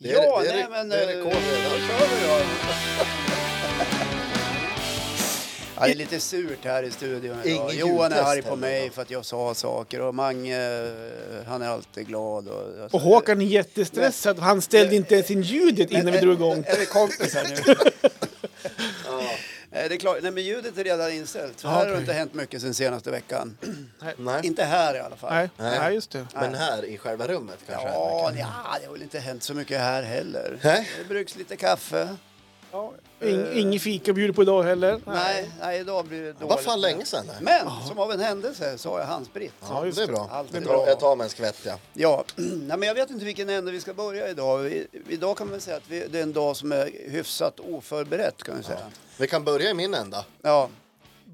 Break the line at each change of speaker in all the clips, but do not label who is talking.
Det
ja,
är, det
nej
är,
men...
Det är
eh,
rekord
Då
redan.
kör vi då. Ja, det är lite surt här i studion idag.
Ingen
Johan är
ljudtest
arg på
heller,
mig
va?
för att jag sa saker och Mange, eh, han är alltid glad. Och, alltså,
Och Håkan är jättestressad. Han ställde inte ens in ljudet
Men
innan vi
är-
drog igång.
Är vi kompisar nu? Nej, Eh, det är klart. Nej, men ljudet är redan inställt. För
Ja,
här har
okej.
det inte hänt mycket sen senaste veckan.
Nej.
inte här i alla fall.
Nej,
Nej.
nej, just det.
Men här i själva rummet kanske?
Ja, nja, det har väl inte hänt så mycket här heller.
Nej.
Det bruks lite kaffe.
Ing, ingen fika bjuder på idag heller.
Nej, nej idag blir det dåligt.
Vad fan länge sedan. det.
Men som av en händelse så har jag handsprit.
Ja, det är bra.
Allt är
Det är
bra.
bra. Jag tar mig en skvätt ja.
Ja, nej, men jag vet inte vilken ände vi ska börja idag. Vi, idag kan man säga att vi, det är en dag som är hyfsat oförberett kan man säga.
Vi kan börja i min ända.
Ja.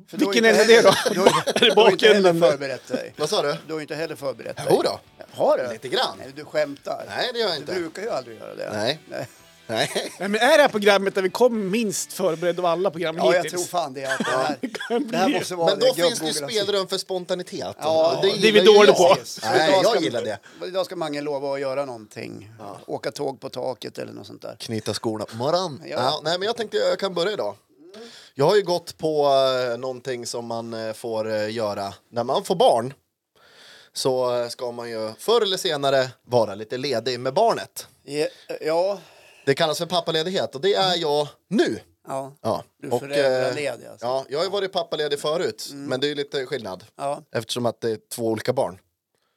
För du har
Vilken
inte
ände är det
heller-
då?
Du har, du har inte heller
Bakänden.
förberett dig.
Vad sa du?
Du har inte heller förberett dig.
Jo då.
Har du?
Lite grann.
Nej, du skämtar.
Nej, det gör jag
Du
inte.
brukar ju aldrig göra det.
Nej. Nej.
Nej, men är det här programmet där vi kom minst förberedd av alla program
Ja, jag tror
hittills?
fan det. Att det, här, det här måste vara
Men då
det
finns det ju
gubb-googlas-
spelrum för spontanitet.
Ja, det är
gillar
vi
ju
dåliga
jag.
på.
Så
Nej,
idag
jag
ska-
gillar det.
Idag ska Mange lova att göra någonting. Åka tåg på taket eller något sånt där.
Knyta skorna på morgonen.
Ja.
Ja. nej, men jag tänkte jag kan börja idag. Jag har ju gått på eh, någonting som man eh, får eh, göra när man får barn. Så eh, ska man ju förr eller senare vara lite ledig med barnet.
Ja, ja.
Det kallas för pappaledighet och det är
Mm.
jag nu.
ja.
Ja.
Du
Och,
föräldraledig
eh,
alltså.
Ja, jag har ju varit pappaledig förut, men det är ju lite skillnad
Ja.
eftersom att det är två olika barn,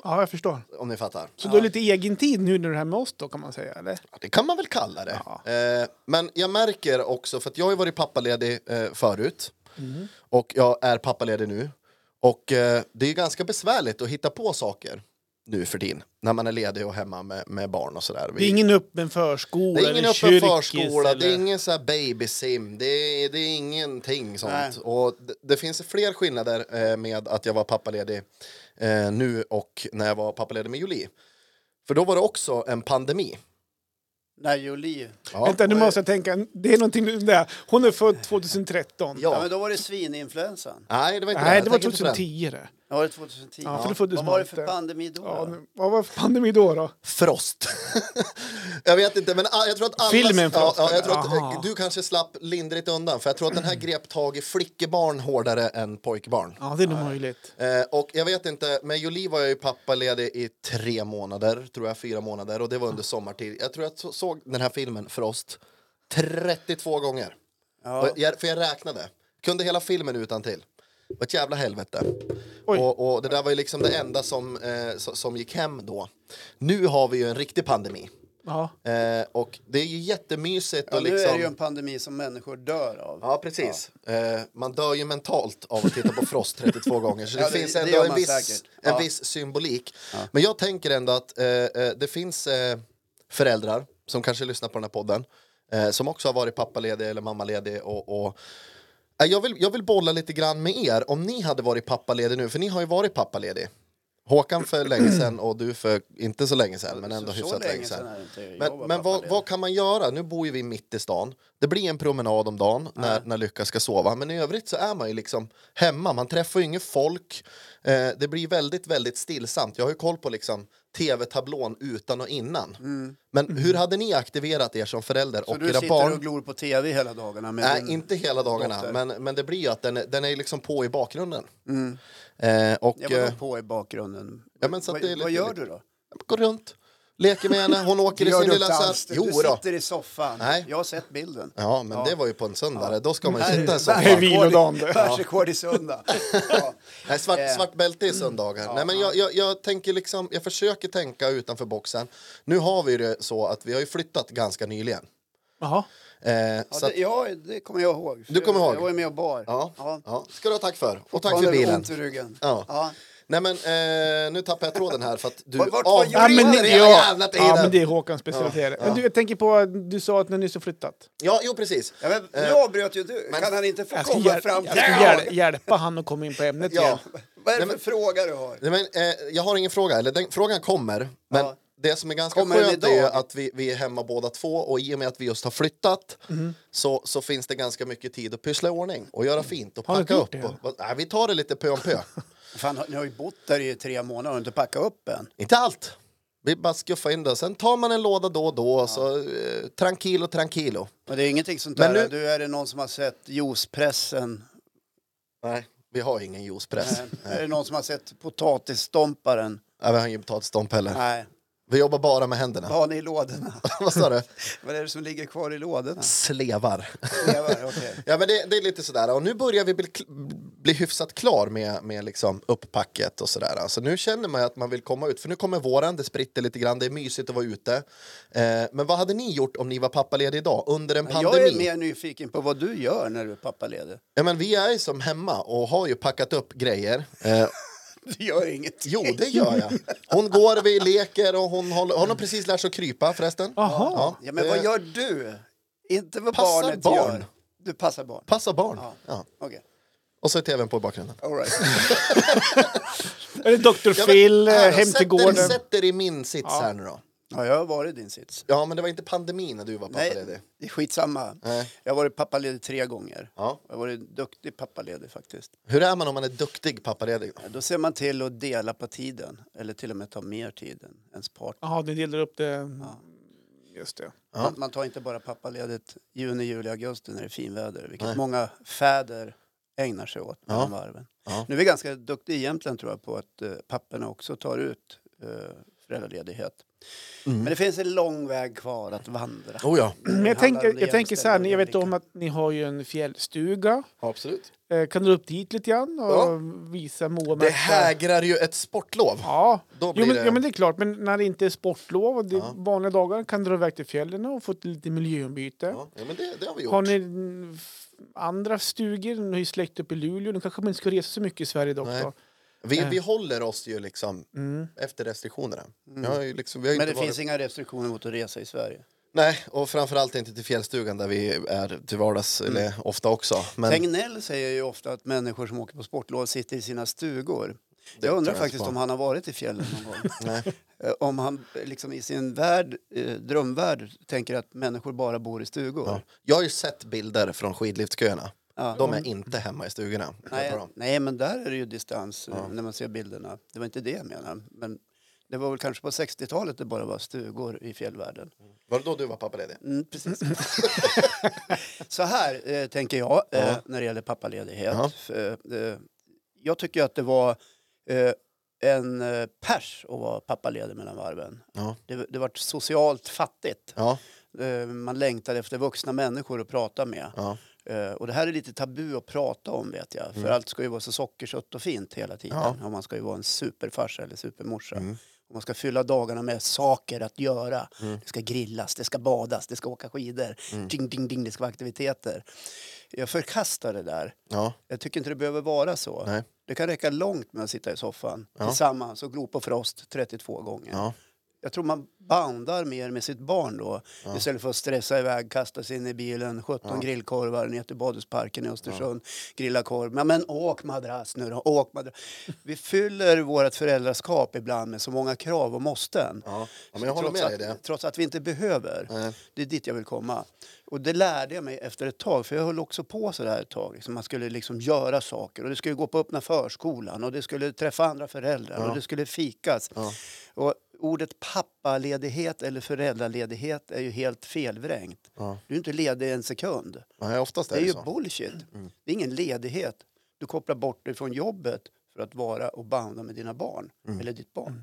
Ja, jag förstår.
om ni fattar.
Så du har lite egen tid nu när du är här med oss då, kan man säga? Eller?
Ja, Det kan man väl kalla det.
Ja.
Eh, men jag märker också, för att jag har ju varit pappaledig eh, förut
Mm.
och jag är pappaledig nu. Och eh, det är ganska besvärligt att hitta på saker nu för din när man är ledig och hemma med, med barn och sådär.
Det är ingen öppen förskola,
det är ingen
eller
öppen
kyrkis,
förskola, det är
eller-
ingen så här babysim, det är, det är ingenting sånt.
Nej.
Och det, det finns fler skillnader eh, med att jag var pappaledig eh, nu och när jag var pappaledig med Julie. För då var det också en pandemi.
Nej, Jolie.
Ja.
Vänta, nu måste jag tänka. Det är någonting nu där. Hon är född 2013.
Ja.
Ja, men då var det svininfluensan.
Nej, det var inte
Nej,
Jag
det var
tänker inte på den.
2010 det.
Ja, var det 2010?
Ja, för då föddes
Vad var det
Malte.
för pandemi då? då?
Ja, nu, vad var pandemi då? då?
Frost. jag vet inte, men ah, jag tror att alla...
Filmen Frost,
Ja, ja, jag tror att eh,
eller? Aha.
du kanske slapp lindrigt undan, för jag tror att den här grep tag i flickebarn hårdare än pojkbarn.
Ja, det är nog möjligt.
Eh, och jag vet inte, med Jolie var jag ju pappaledig i tre månader, tror jag, fyra månader, och det var
Mm.
under sommartid. Jag tror jag så- såg den här filmen, Frost, 32 gånger.
Ja.
Och Jag, för jag räknade. Kunde hela filmen utan till. Och ett jävla helvete.
Oj.
Och, och det där var ju liksom det enda som, eh, so- som gick hem då. Nu har vi ju en riktig pandemi.
Ja.
Eh, och det är ju jättemysigt
Ja,
och
nu
liksom...
är det ju en pandemi som människor dör av.
Ja, precis. Eh, man dör ju mentalt av att titta på Frost 32 gånger. Så det,
Ja, det-
finns
det
ändå
gör
en
man
viss,
säkert.
en
Ja.
viss symbolik. Men jag tänker ändå att eh, eh, det finns eh, föräldrar som kanske lyssnar på den här podden eh, som också har varit pappaledig eller mammaledig. Och, och, Eh, jag, vill, jag vill bolla lite grann med er om ni hade varit pappaledig nu, för ni har ju varit pappaledig. Håkan för länge sedan och du för inte så länge sedan, men ändå
så, så
hyfsat
länge
länge
sedan
sedan.
är det inte. Jag
Men,
var
men vad,
pappaledig.
vad kan man göra? Nu bor ju vi mitt i stan. Det blir en promenad om dagen när, när Lycka ska sova. Men i övrigt så är man ju liksom hemma. Man träffar ju inget folk. Eh, det blir väldigt, väldigt stillsamt. Jag har ju koll på liksom tv-tablån utan och innan. Men hur hade ni aktiverat er som förälder
Mm. Så
och
du
era
sitter
barn?
och glor på tv hela dagarna? Med
Nej,
din-
inte hela dagarna,
dotter.
men, men det blir ju att den, är- den är liksom på i bakgrunden.
Mm.
Eh, och,
Jag
eh,
var på i bakgrunden.
Ja, men så att
vad,
det är lite-
vad gör du då?
går runt, leker med henne, hon åker i
Gör
sin
du
lilla...
inte
så här-
alls det?
Jo
du
då.
sitter i soffan.
Nej.
Jag har sett bilden.
Ja, men det var ju på en söndag. Då ska man ju sitta i
Det är
soffan.
vilodagen det.
Världsrekord i söndag. Ja.
Nej, svart,
Eh.
svart bälte i söndagar. Nej, men jag, jag, jag, tänker liksom, jag försöker tänka utanför boxen. Nu har vi det så att vi har ju flyttat ganska nyligen.
Jaha.
Eh,
Ja,
så att,
det, ja, det kommer jag ihåg.
Du kommer ihåg?
Jag var ju med och bar.
ja, ja.
Ja.
ska du ha tack för. Och tack
Fan,
för
det är
bilen.
Ont i ryggen.
Ja.
Ja.
Nej, men eh, nu tappar jag tråden här för att du
Vart- vart var
avbryter
Ja, men
hela
ni-
jävla tiden.
ja, men det är Håkans specialitet. Men Du, jag tänker på att du sa att ni nyss har flyttat.
Ja, jo precis.
Ja, men nu avbröt ju du. Kan han inte få
Jag ska,
komma
hjäl-
fram
jag
till
ska
jag?
hjäl- hjälpa han att komma in på ämnet
Ja.
igen.
Vad är det för fråga du har?
Nej, men, eh, jag har ingen fråga, eller den, frågan kommer. Men
Ja.
det som är ganska
Kommer den
skönt
idag?
är att vi, vi är hemma båda två och i och med att vi just har flyttat
Mhm.
så, så finns det ganska mycket tid att pyssla i ordning och göra fint och
Har ni
packa
gjort
upp.
det?
Och, och, nej, vi tar det lite pö om pö.
Fan, ni har ju bott där i tre månader och inte packat upp än.
Inte allt. Vi bara skuffar in det. Sen tar man en låda då och då. Så, eh, tranquilo, tranquilo.
Och det är ingenting sånt
Men
där.
nu-
Du, är det någon som har sett juicepressen?
Nej. Vi har ingen juicepress.
Nej. Är det någon som har sett potatisstomparen?
Nej, vi har ingen potatisdomp heller.
Nej.
Vi jobbar bara med händerna.
Vad har ni i lådorna?
Vad sa du?
Vad är det som ligger kvar i lådorna?
Slevar.
Lever, okej.
Ja, men det, det är lite sådär. Och nu börjar vi bli, kl- bli hyfsat klar med, med liksom upppacket och sådär. Alltså, nu känner man ju att man vill komma ut, för nu kommer våren, det spritter lite grann, det är mysigt att vara ute. Eh, men vad hade ni gjort om ni var pappaledig idag, under en
Men Jag
pandemi?
är mer nyfiken på vad du gör när du är pappaledig.
Ja, men vi är ju som hemma och har ju packat upp grejer. Eh,
Du gör inget.
jo, det gör jag. Hon går, vi leker och hon håller, hon har precis lärt sig att krypa förresten.
Aha.
Ja,
Ja, men
det-
vad gör du? Inte vad
Passar
barnet
barn.
gör. Du passar barn.
Passa barn.
Ja.
Ja.
Okej.
Och så är tvn på i bakgrunden.
All right.
Eller Dr.
Ja, men
Phil, eh,
här då,
Hem
sätt er-
till gården.
Sätt er i min sits här nu då.
Ja, jag har varit i din sits.
Ja, men det var inte pandemin när du var pappaledig.
Nej, det är skitsamma.
Nej.
Jag har varit pappaledig tre gånger.
Ja.
Jag har varit en duktig pappaledig faktiskt.
Hur är man om man är duktig pappaledig? då?
Då ser man till att dela på tiden. Eller till och med ta mer tid än ens partner.
Jaha, ni delar upp det. Just det.
Man, man tar inte bara pappaledigt juni, juli, augusti när det är finväder. Vilket många fäder ägnar sig åt mellan varven.
Ja.
Nu är vi ganska duktiga egentligen tror jag på att eh, papporna också tar ut eh, föräldraledighet.
Mm.
Men det finns en lång väg kvar att vandra.
Oh ja.
Men jag
handlar om
tänker,
det
jag tänker så här, ni- jag vet
jämställda
om att ni har ju en fjällstuga.
Absolut.
Eh, Kan du upp dit lite grann och
Ja.
visa Moa
Det
Märta?
hägrar ju ett sportlov.
Ja.
Då
Jo
blir
men,
det...
ja, men det är klart. Men när det inte är sportlov och det är vanliga dagar kan du dra iväg till fjällen och få ett lite miljöombyte.
Ja, ja, men det, det har vi gjort.
Har ni mm, f- andra stugor? Ni har ju släkt upp i Luleå. Nu kanske man inte ska resa så mycket i Sverige dock.
Nej.
Då.
Vi, vi håller oss ju liksom efter restriktionerna. Jag har ju liksom, vi har ju
Mm. Men det
inte varit...
finns inga restriktioner mot att resa i Sverige.
Nej, och framförallt inte till fjällstugan där vi är till vardags,
Mm.
eller ofta också. Men
Tegnell säger ju ofta att människor som åker på sportlov sitter i sina stugor.
Det
jag undrar
tror jag
faktiskt
inte på.
om han har varit i fjällen någon gång.
Nej.
Eh, om han eh, liksom i sin värld, eh, drömvärld tänker att människor bara bor i stugor.
ja. jag har ju sett bilder från skidliftköerna.
Ja.
De är inte hemma i stugorna.
Nej, nej, men där är det ju distans eh, när man ser bilderna. Det var inte det jag menade. Men det var väl kanske på 60-talet det bara var stugor i fjällvärlden.
Var det då du var pappaledig?
Mm, precis. Så här eh, tänker jag eh, när det gäller pappaledighet.
Ja.
F- Eh, eh, jag tycker att det var eh, en eh, pers att vara pappaledig mellan varven.
Ja.
Det, det var socialt fattigt.
Ja.
Eh, man längtade efter vuxna människor att prata med.
ja.
Eh, och det här är lite tabu att prata om vet jag. För allt ska ju vara så sockersött och fint hela tiden.
Mm. Ja. Mm.
Och man ska ju vara en superfarsa eller supermorsa. Och man ska fylla dagarna med saker att göra.
Mm.
Det ska grillas, det ska badas, det ska åka skidor. Ding, ding, ding, det ska vara aktiviteter. Jag förkastar det där.
ja.
Jag tycker inte det behöver vara så.
Nej.
Det kan räcka långt med att sitta i soffan tillsammans och glo på Frost 32 gånger.
ja.
Jag tror man bandar mer med sitt barn då. Istället för att stressa iväg, kasta sig in i bilen, 17 grillkorvar ner till badhusparken i Östersund, grilla korv. Men, men åk madrass nu då, åk madrass. Vi fyller vårt föräldraskap ibland med så många krav och måsten.
Ja, men jag håller
trots
med dig i
att,
det.
Trots att vi inte behöver.
Nej.
Det är dit jag vill komma. Och det lärde jag mig efter ett tag, för jag höll också på så där ett tag. Liksom, man skulle liksom göra saker och det skulle gå på öppna förskolan och det skulle träffa andra föräldrar och det skulle fikas. Och ordet pappaledighet eller föräldraledighet är ju helt felvrängt.
Ja.
Du är inte ledig en sekund.
Nej, oftast
Det
är
är
det
ju
så. Mm.
bullshit. Det är ingen ledighet. Du kopplar bort dig från jobbet för att vara och banda med dina barn.
Mm.
Eller ditt barn.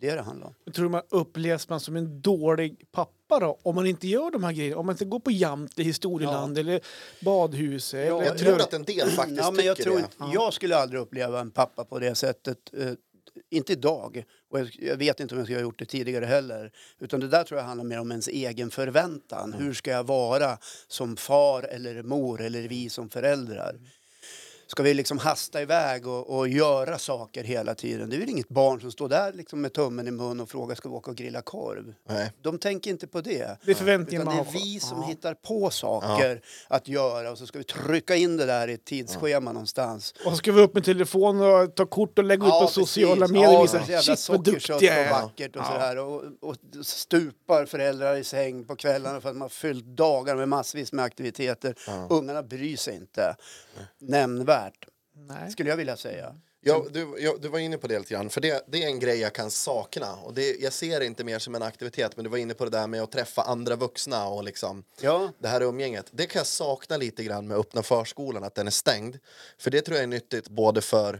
Det är det det handlar om.
Jag tror man upplevs man som en dålig pappa då, om man inte gör de här grejerna. Om man inte går på Jamtli, Historieland eller badhuset. eller
Jag tror att en del faktiskt
Ja, men jag,
tycker
tror
det.
inte, jag skulle aldrig uppleva en pappa på det sättet. Eh, inte idag. Och jag, jag vet inte om jag skulle ha gjort det tidigare heller. Utan det där tror jag handlar mer om ens egen förväntan.
Mm.
Hur ska jag vara som far eller mor eller vi som föräldrar? Ska vi liksom hasta iväg och, och göra saker hela tiden? Det är väl inget barn som står där liksom med tummen i mun och frågar ska vi åka och grilla korv?
Nej.
De tänker inte på det.
Det är förväntningar
Utan
man
det
har.
är
på-
vi som hittar på saker att göra och så ska vi trycka in det där i ett tidsschema någonstans.
Och så ska vi upp med telefon och ta kort och lägga upp på
precis.
sociala medier och
Ja,
visa
så jävla
shit vad
sockerkött
duktig jag
och
är.
vackert och sådär. Och, och stupar föräldrar i säng på kvällarna för att man har fyllt dagar med massvis med aktiviteter. Ungarna bryr sig inte nämnvärt,
Nej.
skulle jag vilja säga.
Ja, du, ja, du var inne på det lite grann, för det, det är en grej jag kan sakna. Och det, jag ser det inte mer som en aktivitet, men du var inne på det där med att träffa andra vuxna och liksom
Ja,
det här umgänget. Det kan jag sakna lite grann med öppna förskolan, att den är stängd. För det tror jag är nyttigt både för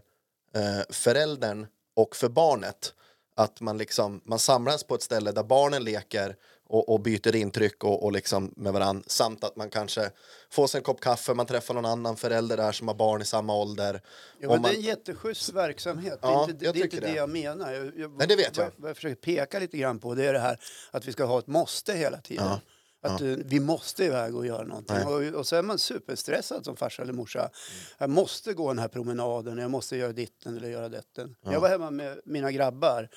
eh, föräldern och för barnet. Att man, liksom, man samlas på ett ställe där barnen leker och, och byter intryck och, och liksom med varandra. Samt att man kanske får sig en kopp kaffe, man träffar någon annan förälder där som har barn i samma ålder.
ja
Och
men
man-
det är en jätteschysst verksamhet.
Ja,
det är inte,
jag
det, är inte
tycker
det
det.
jag menar. Jag, jag,
Nej, det vet jag.
Vad, vad jag försöker peka lite grann på det är det här att vi ska ha ett måste hela tiden.
Ja,
Att eh, vi måste iväg och göra någonting.
Nej.
Och, och så är man superstressad som farsa eller morsa. Jag måste gå den här promenaden, jag måste göra ditten eller göra detten. Jag var hemma med mina grabbar.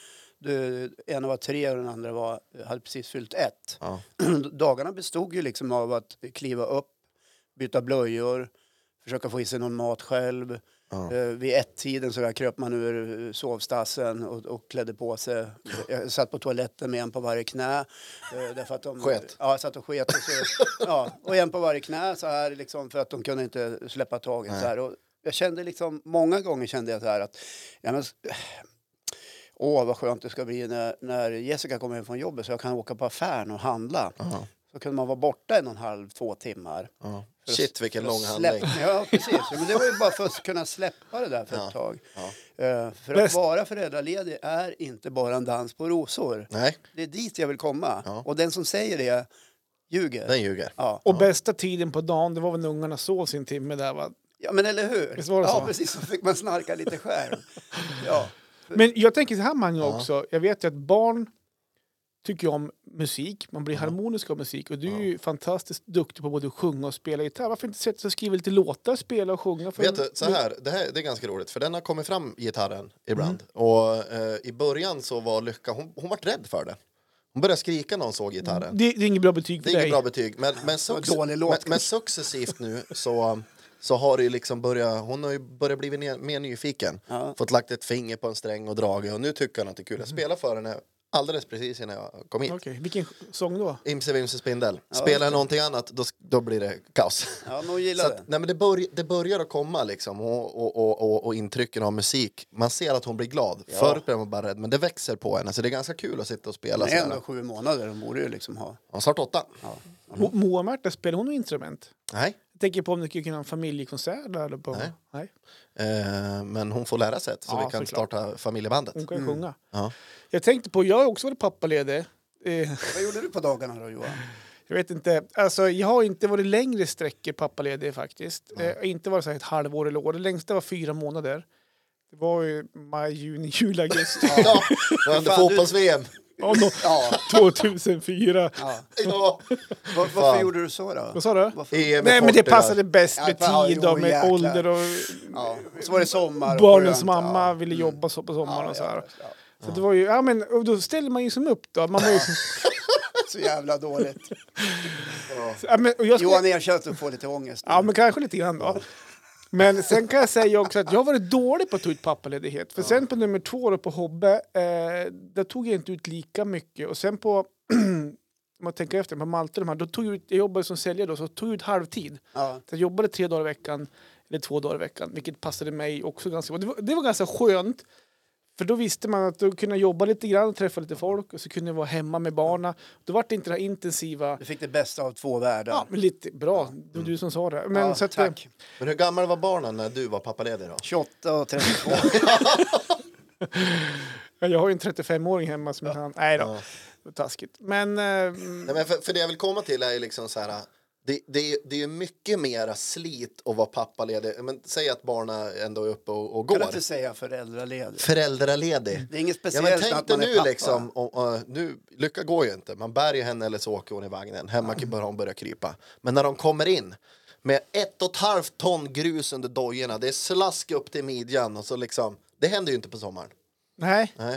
Du, en var tre och den andra var, hade precis fyllt ett.
Ja.
dagarna bestod ju liksom av att kliva upp, byta blöjor, försöka få i sig någon mat själv.
Ja.
Eh, vid ett-tiden så där kröp man ur eh, sovstassen och, och klädde på sig. Jag satt på toaletten med en på varje knä. eh, Därför att de,
Sket.
Ja, jag satt och sket. Och, så, ja, och en på varje knä så här liksom, för att de kunde inte släppa taget. Så här. Och jag kände liksom, många gånger kände jag så här att ja, men, Åh, vad skönt det ska bli när, när Jessica kommer hem från jobbet så jag kan åka på affären och handla.
Ja.
Så kunde man vara borta en och en halv, två timmar.
Ja.
För att-
Shit vilken
för att
lång handling.
släppa- Ja, precis. Men det var ju bara för att kunna släppa det där för ett
Ja,
tag.
ja.
Eh, För att
Bäst.
vara föräldraledig är inte bara en dans på rosor.
Nej,
Det är dit jag vill komma.
Ja.
Och den som säger det ljuger.
den ljuger.
Ja.
Och bästa tiden på dagen, det var väl när ungarna sov sin timme där va?
ja, men eller hur?
Visst var det
ja,
så?
precis. Så fick man snarka lite själv. Ja.
Men jag tänker så här Mange också, jag vet ju att barn tycker ju om musik, man blir harmonisk av musik och du är ju fantastiskt duktig på både att sjunga och spela gitarr. Varför inte sätta sig och skriva lite låtar, spela och sjunga? För
Vet du, så här, det här det är ganska roligt, för den har kommit fram, gitarren, ibland.
Mm.
Och eh, i början så var Lycka, hon, hon var rädd för det. Hon började skrika när hon såg gitarren.
Det, det är inget bra betyg
Det
för
är inget
dig.
bra betyg, men, men, succe-
Mm. dålig låt,
men,
kanske.
men successivt nu så, så har det ju liksom börjat, hon har ju börjat bli mer, mer nyfiken.
Ja. Mm.
Fått lagt ett finger på en sträng och dragit och nu tycker hon att det är kul. Jag spelade för henne alldeles precis innan jag kom hit.
Okej, vilken sång då?
Imse vimse spindel.
Ja,
Spelar
just
jag någonting annat då, då blir det kaos.
ja, men hon
Så
gillar
att,
det.
nej, men det, börj- det börjar att komma liksom, och, och, och, och, och intrycken av musik. Man ser att hon blir glad.
Ja.
Förut blev man bara rädd, men det växer på henne. Så det är ganska kul att sitta och spela.
Men
sådär.
ändå sju månader, de borde ju liksom ha.
Ja, snart åtta.
Ja.
Mm.
Mo- Moa Märta, spelar hon något instrument?
Nej,
Jag tänker på om ni skulle kunna ha en familjekonsert där. Eller på.
Nej.
Nej.
eh, men hon får lära sig ett, så
Ja,
vi kan
såklart.
starta familjebandet. Mm.
Hon kan ju sjunga.
Ja.
Jag tänkte på, jag har också varit pappaledig. Eh,
Vad gjorde du på dagarna då, Johan?
Jag vet inte. Alltså, jag har inte varit längre sträckor pappaledig faktiskt. Eh, jag har inte varit så här ett halvår eller år. Det längsta var fyra månader. Det var ju maj, juni, juli, augusti.
Ja, under
Fan, du-
fotbolls-VM.
Ja, nå-
Ja,
2004.
ja.
Ja.
Var, varför gjorde du så då?
Vad sa du?
Varför?
EM i
Nej, men det
Portugal.
passade bäst med
Ja,
tid
jo,
och med
jäklar.
ålder och
Ja. Och så var det sommar. och
barnens
skönt,
mamma
ja.
ville jobba så på sommaren och så här.
Ja,
Så det var ju, ja men och då ställer man ju som upp då. Man var ju,
ja. Så jävla dåligt.
ja, men, och jag skulle-
Johan erkänner att du får lite ångest.
Ja, men kanske lite grann då. Men sen kan jag säga också att jag har varit dålig på att ta ut pappaledighet. För sen på nummer två då på Hobbe, eh, där tog jag inte ut lika mycket. Och sen på, om man tänker efter, på Malte och de här, då tog jag ut, jag jobbade som säljare då, så tog jag ut halvtid.
Ja.
Så jag jobbade tre dagar i veckan, eller två dagar i veckan, vilket passade mig också ganska bra. Det var, det var ganska skönt. För då visste man att då kunde jag jobba lite grann och träffa lite folk och så kunde jag vara hemma med barna. Då var det inte det här intensiva,
Du fick det bästa av två världar.
ja men lite bra, det var du som sa det. Men
Ja,
så att, eh,
tack.
Men hur gammal var barnen när du var pappaledig då?
28 och 32.
Ja, Jag har ju en 35-åring hemma som inte han... Nej då. Det var taskigt. Men... Eh,
Nej, men för, för det jag vill komma till är ju liksom så här... Det, det, är ju- det är ju mycket mera slit att vara pappaledig. Men säg att barnen ändå är uppe och, och
Kan du
går.
inte säga föräldraledig?
Föräldraledig.
Det är inget
Ja,
speciellt
men
att
tänk dig
man är
nu
pappa.
liksom, och, och, nu, Lycka går ju inte, man bär ju henne eller så åker hon i vagnen. Hemma kan börja hon börja krypa. Men när de kommer in med ett och ett halvt ton grus under dojorna, det är slask upp till midjan och så liksom, det händer ju inte på sommaren.
nej.
Nej.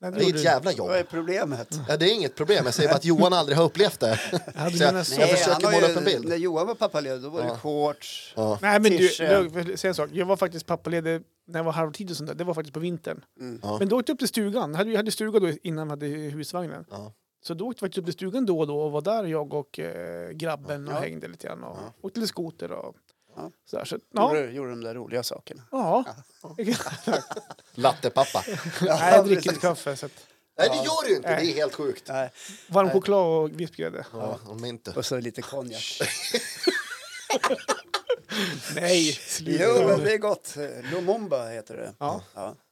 nej det
Det är
gjorde
ett
du.
jävla jobb.
Vad är problemet?
Mm.
Ja, det är inget problem, jag säger bara att Johan aldrig har upplevt det.
Ja, du
Så jag-
menar så.
jag
Nej,
försöker
han har
måla
ju-
upp en bild.
När Johan var pappaledig då var det shorts.
Ja.
nej, men du,
Tische.
jag vill säga en sak. Jag var faktiskt pappaledig när jag var halvtid och sånt där. Det var faktiskt på vintern.
Mm.
Ja.
Men då åkte jag upp till stugan. Jag hade, jag hade stuga då innan vi hade husvagnen.
Ja.
Så då åkte jag faktiskt upp till stugan då och då och var där jag och eh, grabben och
Ja.
hängde lite grann. Och åkte lite skoter och
Ja.
Så, där, så, att,
Gjorde,
ja.
du- gjorde de där roliga sakerna.
ja.
Lattepappa.
Nej, jag dricker inte kaffe. Så att,
Nej, det gör du ju inte! Det är
Nej.
helt sjukt.
Nej.
varm choklad och vispgrädde.
Ja, om inte.
Och så lite konjak.
Nej, sluta.
Jo, men det är gott. Lumumba heter det.
Ja.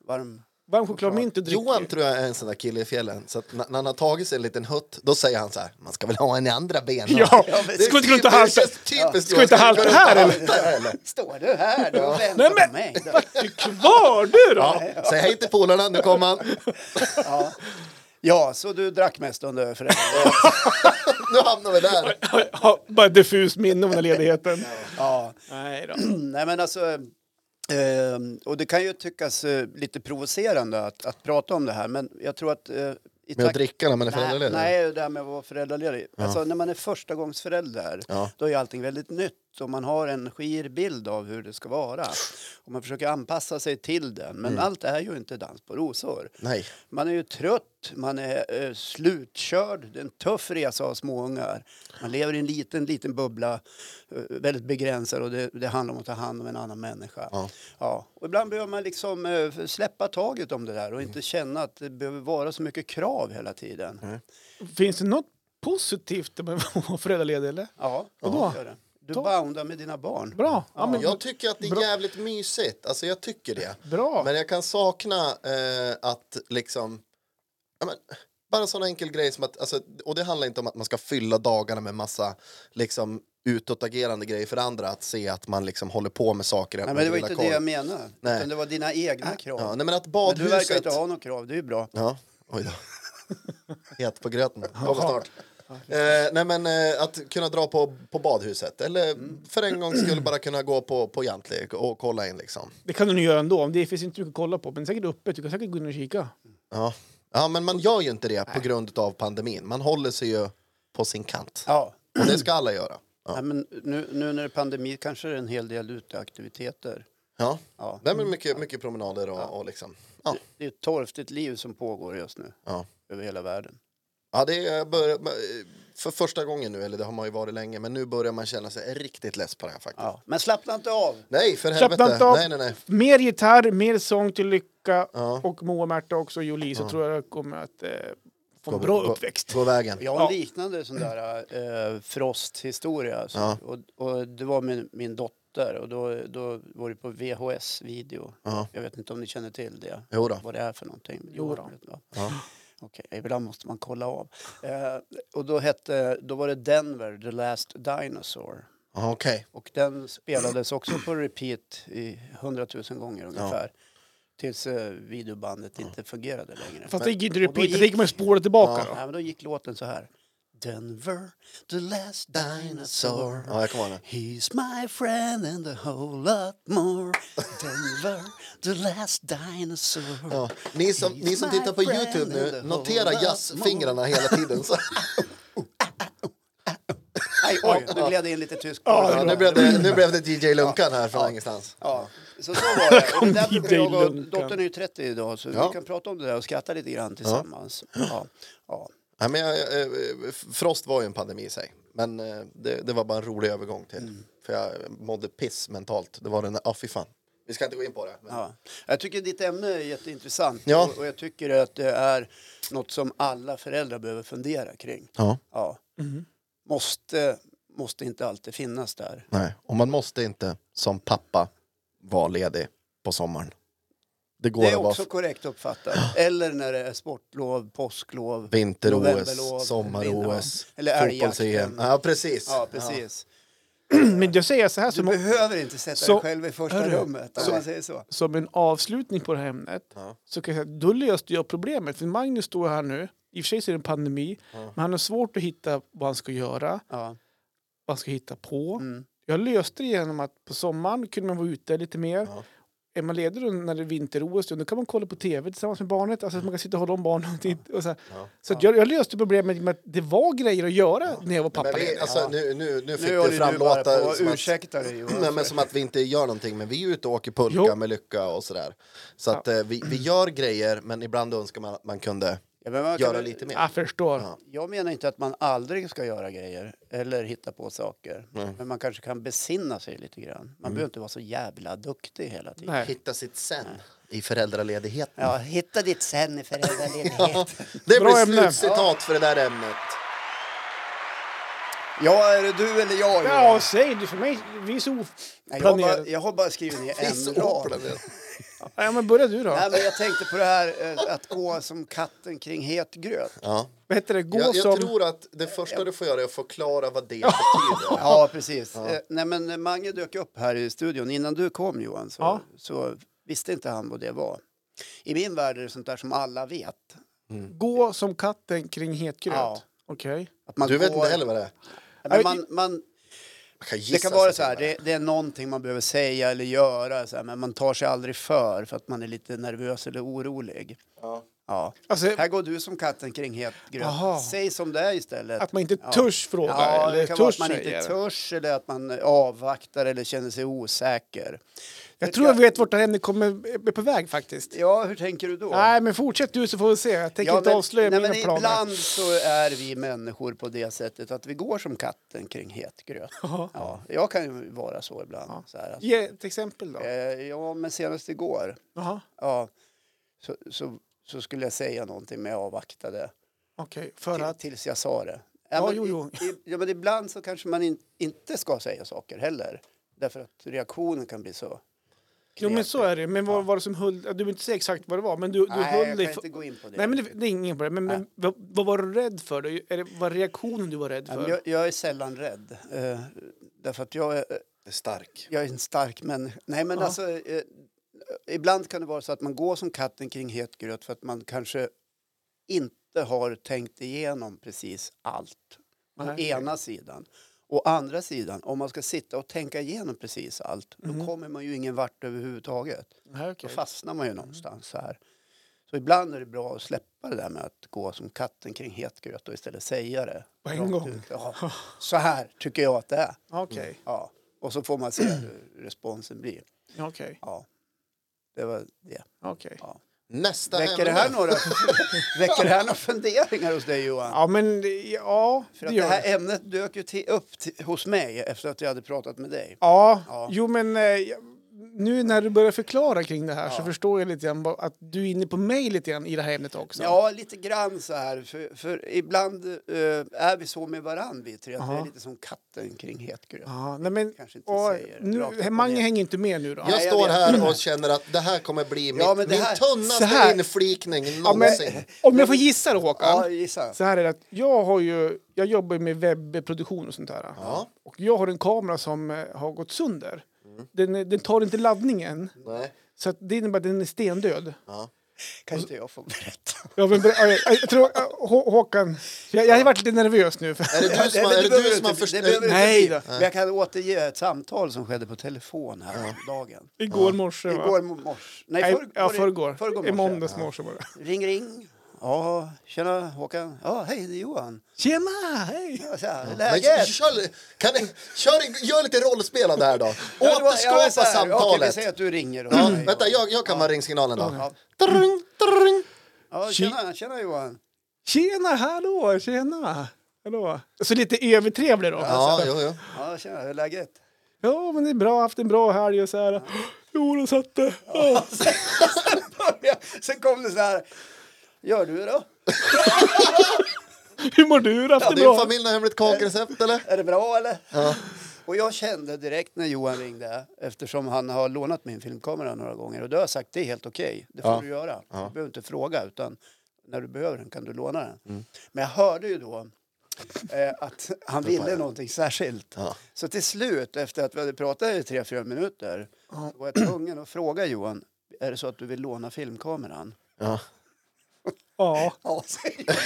varm.
Varm choklad mint och dricker.
Johan tror jag är en sån där kille i fjällen. Så att när när han har tagit sig en liten hutt, då säger han så här, man ska väl ha en i andra benet.
Ja,
Det är
ska inte gå runt och
typ-
halta.
det känns typiskt
Ska inte
Johan.
halta här eller?
Står du här då och väntar
Nej, men-
på mig? Då?
Vart du kvar du då?
Ja, säg hej till polarna, nu kommer han.
Ja. ja, så du drack mest under föräldrarna?
Nu hamnar vi där.
Jag har bara ett diffust minne om den här ledigheten.
Ja.
Nej då.
Nej, men alltså... Eh, och det kan ju tyckas eh, lite provocerande att, att prata om det här, men jag tror att... Eh, i
Med att
takt-
dricka när man är
Nej,
föräldraledig?
nej, det här med att vara föräldraledig. Alltså, när man är första gångs förälder,
Ja.
då är allting väldigt nytt och man har en skir bild av hur det ska vara. Och man försöker anpassa sig till den, men
Mm.
allt är ju inte dans på rosor.
Nej.
Man är ju trött, man är eh, slutkörd, det är en tuff resa av småungar. Man lever i en liten, liten bubbla, eh, väldigt begränsad och det, det handlar om att ta hand om en annan människa.
Ja.
Ja. Och ibland behöver man liksom eh, släppa taget om det där och
Mm.
inte känna att det behöver vara så mycket krav hela tiden.
Finns det något positivt med att vara föräldraledig eller?
Ja,
Vadå?
gör det. Du
Då-
boundar med dina barn.
Bra. Ja, men,
Jag tycker att det är
Bra.
jävligt mysigt. Alltså jag tycker det.
bra.
Men jag kan sakna eh, att liksom... Ja, men, bara en sån enkel grej som att... Alltså, och det handlar inte om att man ska fylla dagarna med massa liksom, utåtagerande grejer för andra. Att se att man liksom håller på med saker. att
Nej,
man
men det var
grillar
inte
korv.
det jag menade.
Nej.
Utan det var dina egna krav.
Ja, nej, men att
men du verkar
badhuset...
inte ha några krav, det är ju bra.
Ja, oj då. Het på gröten. Kommer snart. Eh, nej men eh, att kunna dra på, på badhuset eller
Mm.
för en gång skulle bara kunna gå på, på Jantli och kolla in liksom.
Det kan du nog göra ändå. Om det finns inte mycket att kolla på. Men det är säkert öppet. Du kan säkert gå in och kika.
Ja. ja men man gör ju inte det på grund av pandemin. Man håller sig ju på sin kant.
Ja.
Och det ska alla göra. Ja.
Nej, men nu, nu när det är pandemi kanske det är en hel del uteaktiviteter.
Ja.
Ja.
Nej, men mycket, mycket promenader och, och liksom. Ja.
Det är ett torftigt liv som pågår just nu
Ja.
över hela världen.
Ja, det är, jag börjar- för första gången nu, eller det har man ju varit länge, men nu börjar man känna sig riktigt less på det här faktiskt.
Ja. Men slappna inte av!
Nej, för
Slappna
helvete.
inte av.
Nej, nej, nej.
Mer gitarr, mer sång till Lycka
Ja.
och Moa och Märta också. och Jolie. Så tror jag jag kommer att eh, få en bra uppväxt.
Gå, gå vägen.
Jag har en
Ja.
liknande sån där eh, frosthistoria. Alltså.
Ja.
Och, och det var min, min dotter och då, då var det på VHS-video.
Ja.
Jag vet inte om ni känner till det.
Jo då.
Vad det är för någonting.
Jo då.
Ja.
Ja.
Okej, ibland måste man kolla av. Eh, och då, hette, då var det Denver, The Last Dinosaur.
Ja, Okej.
Och den spelades också på repeat i hundratusen gånger ungefär. Tills eh, videobandet inte fungerade längre.
Fast det
Men-
gick inte
och då
repeat.
gick-
Det gick man spåra tillbaka.
Nej, men då gick låten så här. Denver, the last
Dinosaur.
dinosaur.
Ja, jag kommer ihåg den.
He's my friend and a whole lot more. Denver, the last dinosaur.
Ja. Ni, som, ni som tittar på Youtube nu, notera jazzfingrarna hela tiden. Så.
Aj, oj, nu gled det in lite tysk
Ja, nu, blev det, nu blev det DJ Lunkan här från ingenstans.
Ja, så så var det. Och det där
Kom
brukar jag
dit,
och
Lunkan.
dottern är ju 30 idag så
Ja.
vi kan prata om det där och skratta lite grann tillsammans. Ja. Ja.
Nej, men jag, eh, eh, Frost var ju en pandemi i sig, men eh, det, det var bara en rolig övergång till.
Mm.
För jag mådde piss mentalt. Det var den där, ja fy fan. Vi ska inte gå in på det. Men... Ja.
Ja. Jag tycker ditt ämne är jätteintressant
Ja.
och, och jag tycker att det är något som alla föräldrar behöver fundera kring. Ja.
Mm.
Måste, måste inte alltid finnas där.
nej. Och man måste inte som pappa vara ledig på sommaren. Det går
Det är
att
också
vara
korrekt uppfattat. Eller när det är sportlov, påsklov, novemberlov,
vinter-OS, sommar-OS,
vin- eller
fotbolls-EM.
älgjakten.
Ja, precis.
Ja, precis.
Men jag säger så här
Du
som,
behöver inte sätta
Så-
dig själv i första
Hörru,
rummet om
så-
man säger så.
som en avslutning på det här ämnet.
Ja.
Så kan jag säga, då löste jag problemet. För Magnus står här nu. I och för sig så är det en pandemi. Men han har svårt att hitta vad han ska göra.
Ja.
Vad han ska hitta på.
Mm.
Jag löste det genom att på sommaren kunde man vara ute lite mer.
Ja.
Är man ledig då när det är vinter-OS, då kan man kolla på tv tillsammans med barnet. Alltså att man kan sitta och hålla om barnet. Och titta och så här.
Mm. Ja.
så att jag, jag löste problemet med att det var grejer att göra när jag
Men vi,
var pappaledig.
alltså, nu, nu, nu fick
Nu
det
håller du bara på
framlåta
och
som att,
ursäktar dig Johan.
nej, men som att vi inte gör någonting, men vi är ute och åker pulka
Jo.
med lycka och sådär. Så att eh, vi, vi gör grejer, men ibland önskar man att man kunde
Jag menar,
göra lite mer.
Ah,
Jag förstår.
Ja.
Jag menar inte att man aldrig ska göra grejer eller hitta på saker.
Nej.
Men man kanske kan besinna sig lite grann. Man behöver inte vara så jävla duktig hela tiden.
Nej.
Hitta sitt sen i föräldraledigheten.
Ja, hitta ditt sen i
Ja,
föräldraledighet.
det
Bra
blir
ämne.
slutcitat för det där ämnet.
ja, är det du eller jag?
Ja,
Johan?
säg du för mig. Vi är så
Nej, jag, har
oplanerade.
bara, jag har bara skrivit ner
Det är så
en rad.
oplanerat.
Ja, men börja du då.
Nej, men jag tänkte på det här eh, att gå som katten kring het gröt.
Ja.
Vad heter det? Gå
Jag, jag
som...
tror att det första du får göra är att förklara vad det betyder.
Ja, precis. Eh, Nej, men eh, Mange dök upp här i studion. Innan du kom, Johan, så,
Ja.
så visste inte han vad det var. I min värld är det sånt där som alla vet.
Gå som katten kring het gröt.
Ja.
Okej.
Att man
Du vet
går-
inte heller vad det är?
Men man, man,
Man kan gissa
det kan vara
sig
så här,
till
det, det är någonting man behöver säga eller göra, så här, men man tar sig aldrig för för att man är lite nervös eller orolig.
Ja.
Ja.
Alltså,
Här går du som katten kring het gröt.
Aha.
Säg som det är istället.
att man inte törs fråga.
Ja,
eller
det kan vara
törs
att man
säga
inte
det.
törs eller att man avvaktar eller känner sig osäker.
Jag tror jag vet vart det här ämnet kommer, är på väg faktiskt.
Ja, hur tänker du då?
Nej, men fortsätt du så får vi se. Jag tänker
ja,
inte avslöja
nej,
mina
men
planer.
Ibland så är vi människor på det sättet att vi går som katten kring het gröt.
Ja.
Ja, jag kan ju vara så ibland. Så här, alltså. att,
Ge ett exempel då.
eh, ja, men senast igår
Jaha,
ja, så, så, så skulle jag säga någonting men jag avvaktade
okej. För
till,
att...
tills jag sa det.
Ja,
men,
jo, jo.
i- i- ja, men ibland så kanske man in, inte ska säga saker heller. Därför att reaktionen kan bli så.
Jo, men så
knepig.
är det. Men vad var det som höll... ja, Du vill inte säga exakt vad det var, men du, du
Nej,
höll
jag
dig...
kan
för-
inte gå in på det.
Nej, men det, det är ingen problem. Men, men
Nej.
vad, vad var du rädd för? Då? Är det, var reaktionen du var rädd
Ja,
för?
men jag, jag är sällan rädd. Eh, därför att jag, är-
Det är stark.
jag är en stark människa. Nej, men
Ja.
alltså, eh, ibland kan det vara så att man går som katten kring het gröt för att man kanske inte har tänkt igenom precis allt. Å
Nej.
ena sidan. Å andra sidan, om man ska sitta och tänka igenom precis allt då kommer man ju ingen vart överhuvudtaget.
Mm. Nej,
Då
okej. Mm.
fastnar man ju någonstans så här. Så ibland är det bra att släppa det där med att gå som katten kring het gröt och istället säga det.
På en
rakt
gång.
ut. Ja, så här tycker jag att det är.
Okej.
Ja. Och så får man se hur responsen blir.
Okej.
Mm. Ja. Det var det.
Okej.
Ja.
Nästa
Väcker, det
ämne.
här några, väcker det här några funderingar hos dig Johan?
Ja, men ja,
För
det
att
gör
det
det.
här ämnet dök ju till, upp till, hos mig efter att jag hade pratat med dig.
Ja,
Ja.
jo men eh, jag- nu när du börjar förklara kring det här så förstår jag lite grann ba- att du är inne på mig lite grann i det här ämnet också.
Ja, lite grann så här. För, för ibland eh, är vi så med varann vi tre, att vi är lite som katten kring het gröt.
Ja, nej men,
Kanske inte
och,
säger rakt upp
nu,
och
Mange
ner.
hänger inte med nu då.
Jag
jag
står
vet.
här och känner att det här kommer bli mitt,
Ja, men det
min
här-
så
tunnaste
här.
inflikning
Ja, men,
någonsin.
om jag får gissa då Håkan.
Ja, gissa.
Så här är det att jag, har ju, jag jobbar ju med webbproduktion och sånt här.
Ja.
Och jag har en kamera som eh, har gått sönder.
Mm.
Den, eh, den tar inte laddningen.
Nej.
Så att det innebär att den är stendöd.
Ja.
Kan inte jag få berätta?
Ja, men, ber- ja, jag, jag tror, eh, Hå- Håkan, jag, jag har varit lite nervös nu. För,
Är det du
Nej,
som,
men
är
det
det
behöver
du som har
inte- det behöver
förstört?
inte
Nej
bli.
då.
Men jag kan återge ett samtal som skedde på telefon här om dagen.
igår morse. va?
Igår morse. Nej,
Nej,
förr,
ja,
var det-
förrgår.
förrgår
I
morse.
måndags morse var det.
Ring, ring. Ja, tjena Håkan. Ja, hej, det är Johan.
Tjena! Hej!
Ja, så här, hur är
Men,
läget?
kör, kan ni, kör, gör lite rollspelande här då.
Ja, det var- ja,
Återskapa
så här, Okej, vi
samtalet.
säger att du ringer. Då.
Ja, vänta, jag, jag kan vara ringsignalen då.
Ja.
Trrrring, trrrring.
Ja, tjena, tjena Johan.
Tjena, hallå, tjena! Hallå. Så lite övertrevlig då. Alltså,
Ja, jo, jo.
Ja, tjena, hur är läget?
Ja, men det är bra, haft en bra helg och så här. Jo, då satt det. Ja.
Sen började- Sen kom det så här. Gör du då?
Hur mår du? Har du
Ja,
haft det
det är ju
bra?
familjen har hemligt kakrecept eller?
Är det bra eller? Och jag kände direkt när Johan ringde, eftersom han har lånat min filmkamera några gånger, och då har jag sagt det är helt okej, det får
Ja.
du göra. Du behöver inte fråga, utan när du behöver den kan du låna den.
Mm.
Men jag hörde ju då eh, att han ville någonting särskilt.
Ja.
Så till slut, efter att vi hade pratat i tre, fyra minuter, så var jag tvungen att fråga Johan, är det så att du vill låna filmkameran?
Ja.
Ja.
Ja, säger jag.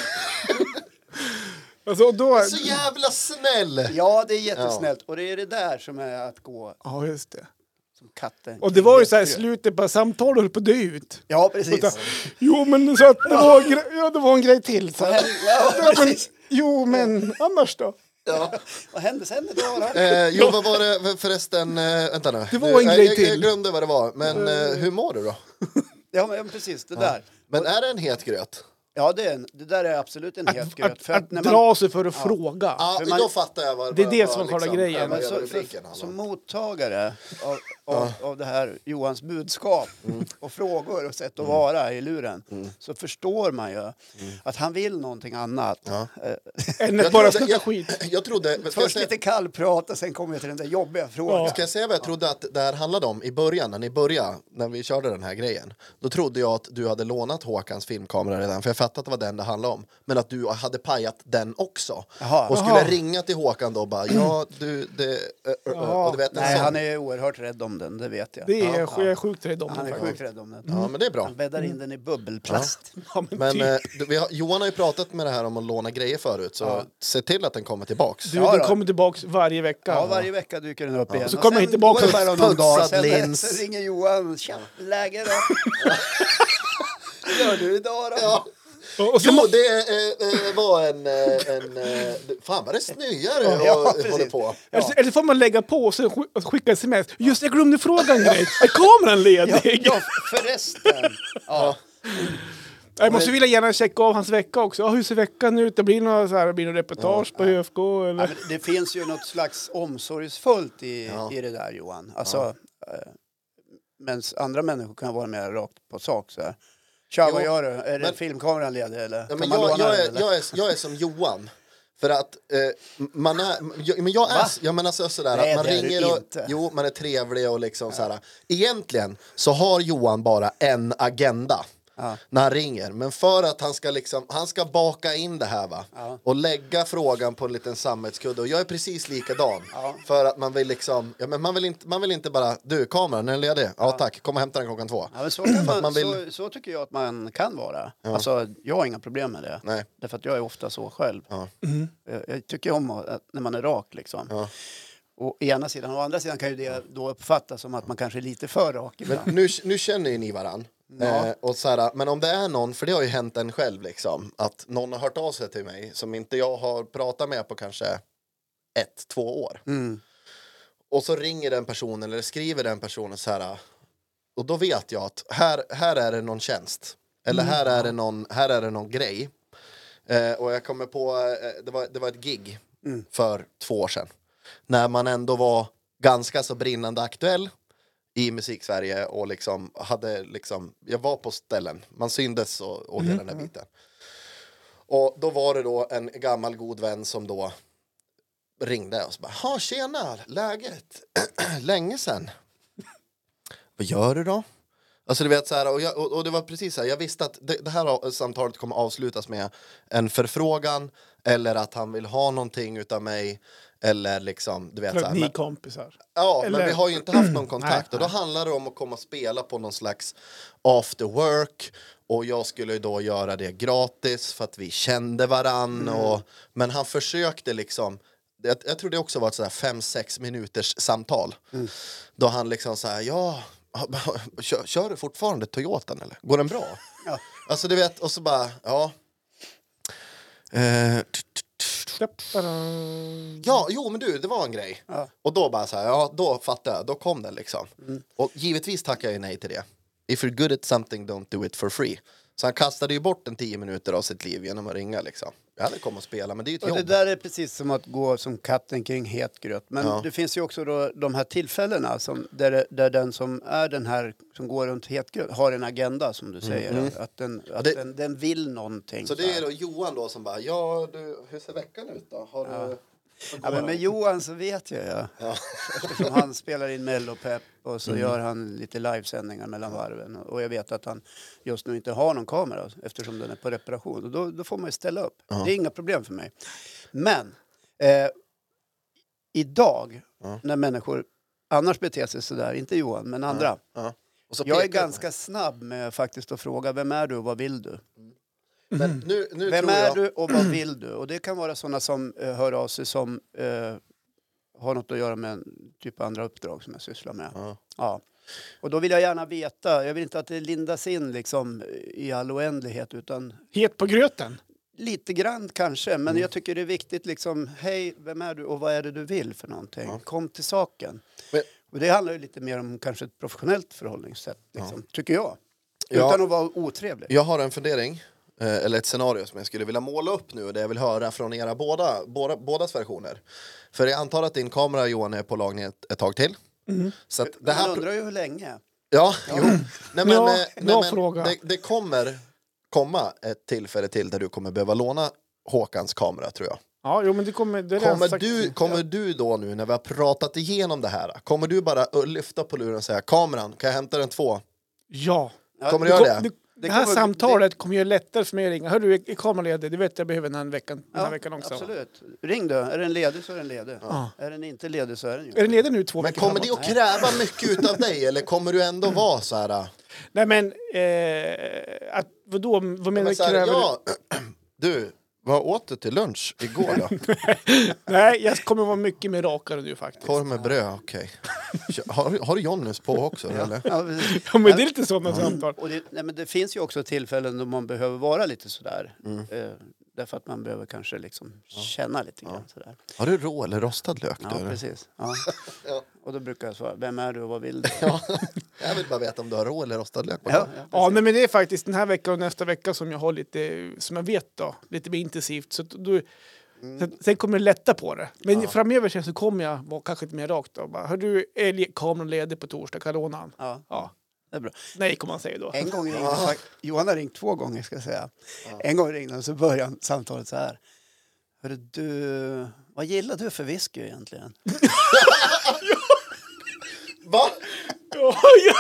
Alltså, och då...
Så jävla snäll!
ja det är jättesnällt. Och det är det där som är att gå
Ja, just det.
som katten.
Och det var ju så här i
Gröt.
slutet på samtalet höll på att dö ut.
Ja,
Och
precis.
så- Jo, men så att det var, en gre- ja, det var en grej till. Så här.
Ja,
Ja, men,
precis.
jo, men annars då?
Vad hände sen då? då?
Eh, jo, vad var det förresten? Eh, vänta nu.
Det var en
Nu,
grej
jag, jag, jag
till.
glömde
Mm.
vad det var. Men eh, hur mår du då?
Ja, men precis det där.
Men är det en het gröt?
Ja, det, är en, det där är absolut en het
Att,
gröt.
att,
För
att
att när man-
dra sig för att fråga.
Ja,
man-
då fattar jag vad
Det är
vad-
det
vad
som är själva grejen.
vad
Ja, men
hela
så,
rubriken
för,
handlar
som
om.
mottagare av, av, av det här Johans budskap
Mm.
och frågor och sätt att vara i luren så förstår man
Mm.
ju att han vill någonting annat. Eh,
Än
Jag
att bara
trodde-
snacka
jag-
skit.
Jag trodde... Ska jag,
Först
säga,
lite kallprat och sen kommer jag till den där jobbiga frågan.
ska jag säga vad jag trodde att det här handlade om i början, när ni började, när vi körde den här grejen? Då trodde jag att du hade lånat Håkans filmkamera redan, för jag fattade att det var den det handlade om. Men att du hade pajat den också.
Jaha.
Och skulle
Jaha.
jag ringa till Håkan då och bara, ja du, det... ö, ö, ö,
Jaha.
och du vet, en
Nej,
sån.
han är ju oerhört rädd om den, det vet jag.
Det är,
Ja,
jag är sjukt rädd om
Han
det
är
faktiskt. Mm.
sjukt rädd om den.
Ja, men det är bra.
Han bäddar in den i bubbelplast.
Ja, men
Men
typ.
eh, du, vi har, Johan har ju pratat med det här om att låna grejer förut, så se till att den kommer tillbaks.
Du,
Ja,
den
då.
kommer tillbaks varje vecka.
Ja, varje vecka dyker den upp igen.
Så
Och
kommer
sen
jag tillbaka
går det bara någon dag,
putsad
sen,
lins.
sen ringer Johan. Tja, läge då? Vad gör du idag då?
Och- och sen
Jo,
må-
det eh, eh, var en... eh, en eh, fan vad det snöar och
Ja, precis.
håller på.
eller, så- eller så får man lägga på och sen sk- skicka sms. Just det, jag glömde fråga en grej. Är kameran ledig?
Ja, förresten. Ja.
Jag måste vilja gärna checka av hans vecka också. Ja, hur ser veckan ut? Det blir några, så här, blir några reportage på ÖFK
Ja,
eller?
men det finns ju något slags omsorgsfullt i,
Ja.
i det där Johan. Alltså, eh, medan andra människor kan vara mer rakt på sak. Så här. Tja,
Jo,
vad gör du? Är
men-
det filmkameran ledig eller?
Ja,
Kan
men
man
jag,
låna
jag,
den
är,
eller?
jag, är, jag är som Johan. För att eh, man är... Jag, men jag är,
Va?
jag menar så, sådär
Nej,
att man
det är du
ringer och...
inte.
Jo, man är trevlig och liksom såhär. Egentligen så har Johan bara en agenda.
Ja.
När han ringer. Men för att han ska liksom, han ska baka in det här va.
Ja.
Och lägga frågan på en liten sammetskudde. Och jag är precis likadan.
Ja.
För att man vill liksom, ja, men man vill inte, man vill inte bara, du kameran, är den ledig? Ja, tack, kom och hämta den klockan två.
Ja, men så, kan
För att
man,
man
så, så tycker jag att man kan vara. Alltså, jag har inga problem med det.
Nej.
Därför att jag är ofta så själv.
Ja.
Jag, jag tycker om att, att- när man är rak liksom.
Ja.
Och å ena sidan, å andra sidan kan ju det då uppfattas som att man kanske är lite för rak
Men
ibland.
nu, nu känner ju ni varann.
Ja.
Eh, och så här, men om det är någon, för det har ju hänt en själv liksom, att någon har hört av sig till mig som inte jag har pratat med på kanske ett, två år.
Mm.
Och så ringer den personen eller skriver den personen så här. Och då vet jag att här, här är det någon tjänst. Eller här, är det någon, här är det någon grej. Eh, och jag kommer på, eh, det, var, det var ett gig för två år sedan. När man ändå var ganska så brinnande aktuell i musiksverige och liksom hade liksom, jag var på ställen, man syndes och, och hela den här biten. Och då var det då en gammal god vän som då ringde och så bara, ha tjena, läget? Länge sen. Vad gör du då? Alltså du vet så här, och, jag, och, och det var precis så här, jag visste att det, det här av- samtalet kommer avslutas med en förfrågan eller att han vill ha någonting utav mig eller liksom, du vet
För
så här,
att ni
men-
är kompisar.
Ja,
Eller-
men vi har ju inte haft någon kontakt.
Nej,
och då handlar det om att komma och spela på någon slags after work. Och jag skulle ju då göra det gratis för att vi kände
Mm.
varann. Och, men han försökte liksom... Jag, jag tror det också var ett sådär fem, sex minuters samtal.
Mm.
Då han liksom såhär, ja... Kör, kör du fortfarande Toyotan eller? Går den bra?
Ja.
Alltså du vet, och så bara, ja... Eh, Ja, jo men du, det var en grej.
Ja. Mm.
Och då bara så här, ja då fattar jag, då kom den liksom. Och givetvis tackar jag ju nej till det. If you're good at something don't do it for free. Så han kastade ju bort en tio minuter av sitt liv genom att ringa liksom. Jag hade kommit och spela men det är ju ett
Och det
jobb.
där är precis som att gå som katten kring het gröt. Men
Ja.
det finns ju också då de här tillfällena som, där, det- där den som är den här som går runt het gröt har en agenda som du säger. Att, den, att
Mm. det-
den, den vill någonting.
Så
så
det
här.
är då Johan då som bara, ja du, hur ser veckan ut då? Har du...
Ja, men med Johan så vet jag ju.
Ja.
Eftersom han spelar in Mellopep och så gör han lite livesändningar mellan varven. Och jag vet att han just nu inte har någon kamera eftersom den är på reparation. Och då, då får man ju ställa upp. Det är inga problem för mig. Men eh, idag när människor annars beter sig sådär, inte Johan men andra.
Ja. Och så
Jag är
pekar
ganska snabb med faktiskt att fråga vem är du och vad vill du?
Men nu, nu
Vem
tror jag...
är du och vad vill du? Och det kan vara sådana som eh, hör av sig som eh, har något att göra med en typ av andra uppdrag som jag sysslar med.
Ja.
Ja. Och då vill jag gärna veta, jag vill inte att det lindas in liksom i all oändlighet utan
Het på gröten.
lite grann kanske. Men
Mm.
jag tycker det är viktigt liksom, hej, vem är du och vad är det du vill för någonting? Kom till saken.
Men-
Och det handlar ju lite mer om kanske ett professionellt förhållningssätt, liksom, tycker jag.
Ja.
Utan att vara otrevlig.
Jag har en fundering. eh, eller ett scenario som jag skulle vilja måla upp nu och det jag vill höra från era båda, båda bådas versioner. För jag antar att din kamera Johan är på lagning ett, ett tag till.
Mm.
Så att det
Man
här,
undrar ju hur länge.
Ja, jo. Nej, men,
Ja,
eh,
bra
nej, men
fråga.
det, det kommer komma ett tillfälle till där du kommer behöva låna Håkans kamera tror jag.
Ja, jo, men det kommer... Det är redan
Kommer
sagt.
du, kommer du då nu när vi har pratat igenom det här, kommer du bara ö, lyfta på luren och säga kameran, kan jag hämta den två?
Ja.
Ja,
Kommer du
Det,
göra
kom,
det?
det, det här
kommer-
samtalet kommer göra lättare för mig att ringa. Hör du, är kameran ledig? Du vet jag behöver den här veckan, den här
Ja,
veckan också.
absolut. Ring då. Är den ledig så är den ledig.
Ja.
Är den inte ledig så är den ju
Är den ledig nu två
Men
veckor
kommer
framåt?
det att kräva mycket av dig eller kommer du ändå vara så här? äh,
Nej men, eh, att, vadå, vad menar
Men
du?
så här
kräver du?
Alltså, ja, du, vad åt du till lunch igår då?
Nej, jag kommer vara mycket mer rakare nu faktiskt.
Korv med bröd, okej. Har, har du Jonnys på också eller?
Ja, precis.
Ja, men det är lite så
Mm.
med samtal.
och det, nej, men det finns ju också tillfällen då man behöver vara lite sådär. Eh, därför att man behöver kanske liksom känna lite grann sådär.
Har du rå eller rostad lök?
Ja,
då, eller?
precis. Ja.
Ja.
Och då brukar jag svara, vem är du och vad vill du?
Ja, jag vill bara veta om du har rå eller rostad lök.
Ja,
Ja, nej, men det är faktiskt den här veckan och nästa vecka som jag har lite, som jag vet då, lite mer intensivt. Så att då,
Mm.
sen, sen kommer det lätta på det. Men framöver sen så kommer jag vara kanske lite mer rakt då. Bara, Hör du, är le- kameran ledig på torsdag? Kan jag låna den?
ja,
Ja.
det är bra.
Nej, kommer han säga då.
En gång ringde fakt- Johan har ringt två gånger ska jag säga. En gång ringde han så började han samtalet så här. Hörru du, vad gillar du för whisky egentligen?
Va?
Ja, ja,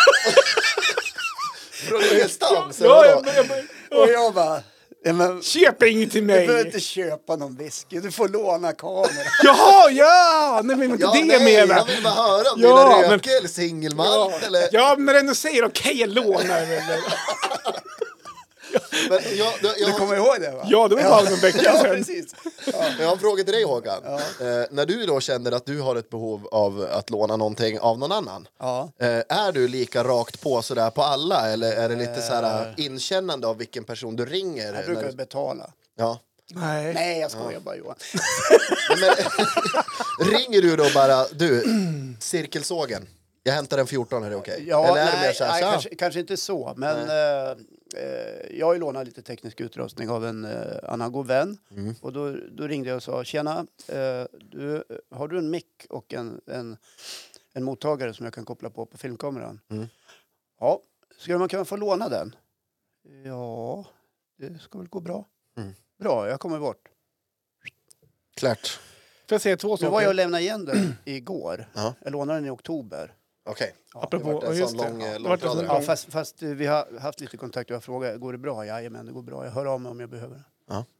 Från ingenstans?
ja,
eller
jag,
vadå?
jag, jag,
Och jag bara, ja, men,
köp inget till
du behöver
mig!
inte köpa någon whisky, du får låna kameran.
Jaha, ja! Nej, men det
Ja,
är det jag
nej, jag
menar.
vill bara höra om
Ja,
dina
men-
röker eller singelmalt eller...
Ja, men när du ändå säger okej, jag lånar. eller-
Men jag, jag,
Du
jag, har,
kommer ihåg det va?
Ja, det var bara en vecka
Ja,
sedan.
precis.
jag har en fråga till dig Håkan. Eh, när du då känner att du har ett behov av att låna någonting av någon annan.
Ja.
Eh, är du lika rakt på sådär på alla eller är det lite såhär inkännande av vilken person du ringer?
Jag brukar
när
ju
du,
betala.
ja.
Nej.
Nej, jag skojar bara Johan.
Men, ringer du då bara, du, cirkelsågen, jag hämtar en 14, är det okej?
Ja,
eller är det
nej,
mer såhär,
nej,
tja?
kanske, kanske inte så, men eh, eh, jag har ju lånat lite teknisk utrustning av en eh, annan god vän.
Mm.
Och då, då ringde jag och sa, tjena, eh, du, eh, har du en mick och en, en, en mottagare som jag kan koppla på på filmkameran?
Mm.
Ja, skulle man kunna få låna den? Ja, det ska väl gå bra.
Mm.
Bra, jag kommer bort.
Klart.
Får jag säga två
Nu var jag och
saker?
lämnade igen den igår.
Ja.
Jag lånade den i oktober.
Okej.
Ja,
Apropå,
vart en
ja,
sån
just det.
lång, eh,
det. vart en
långtradare.
sån
Ja,
lång-
fast, fast eh, vi har haft lite kontakt och jag frågar, går det bra? Jajamän, det går bra. Jag hör av mig om jag behöver.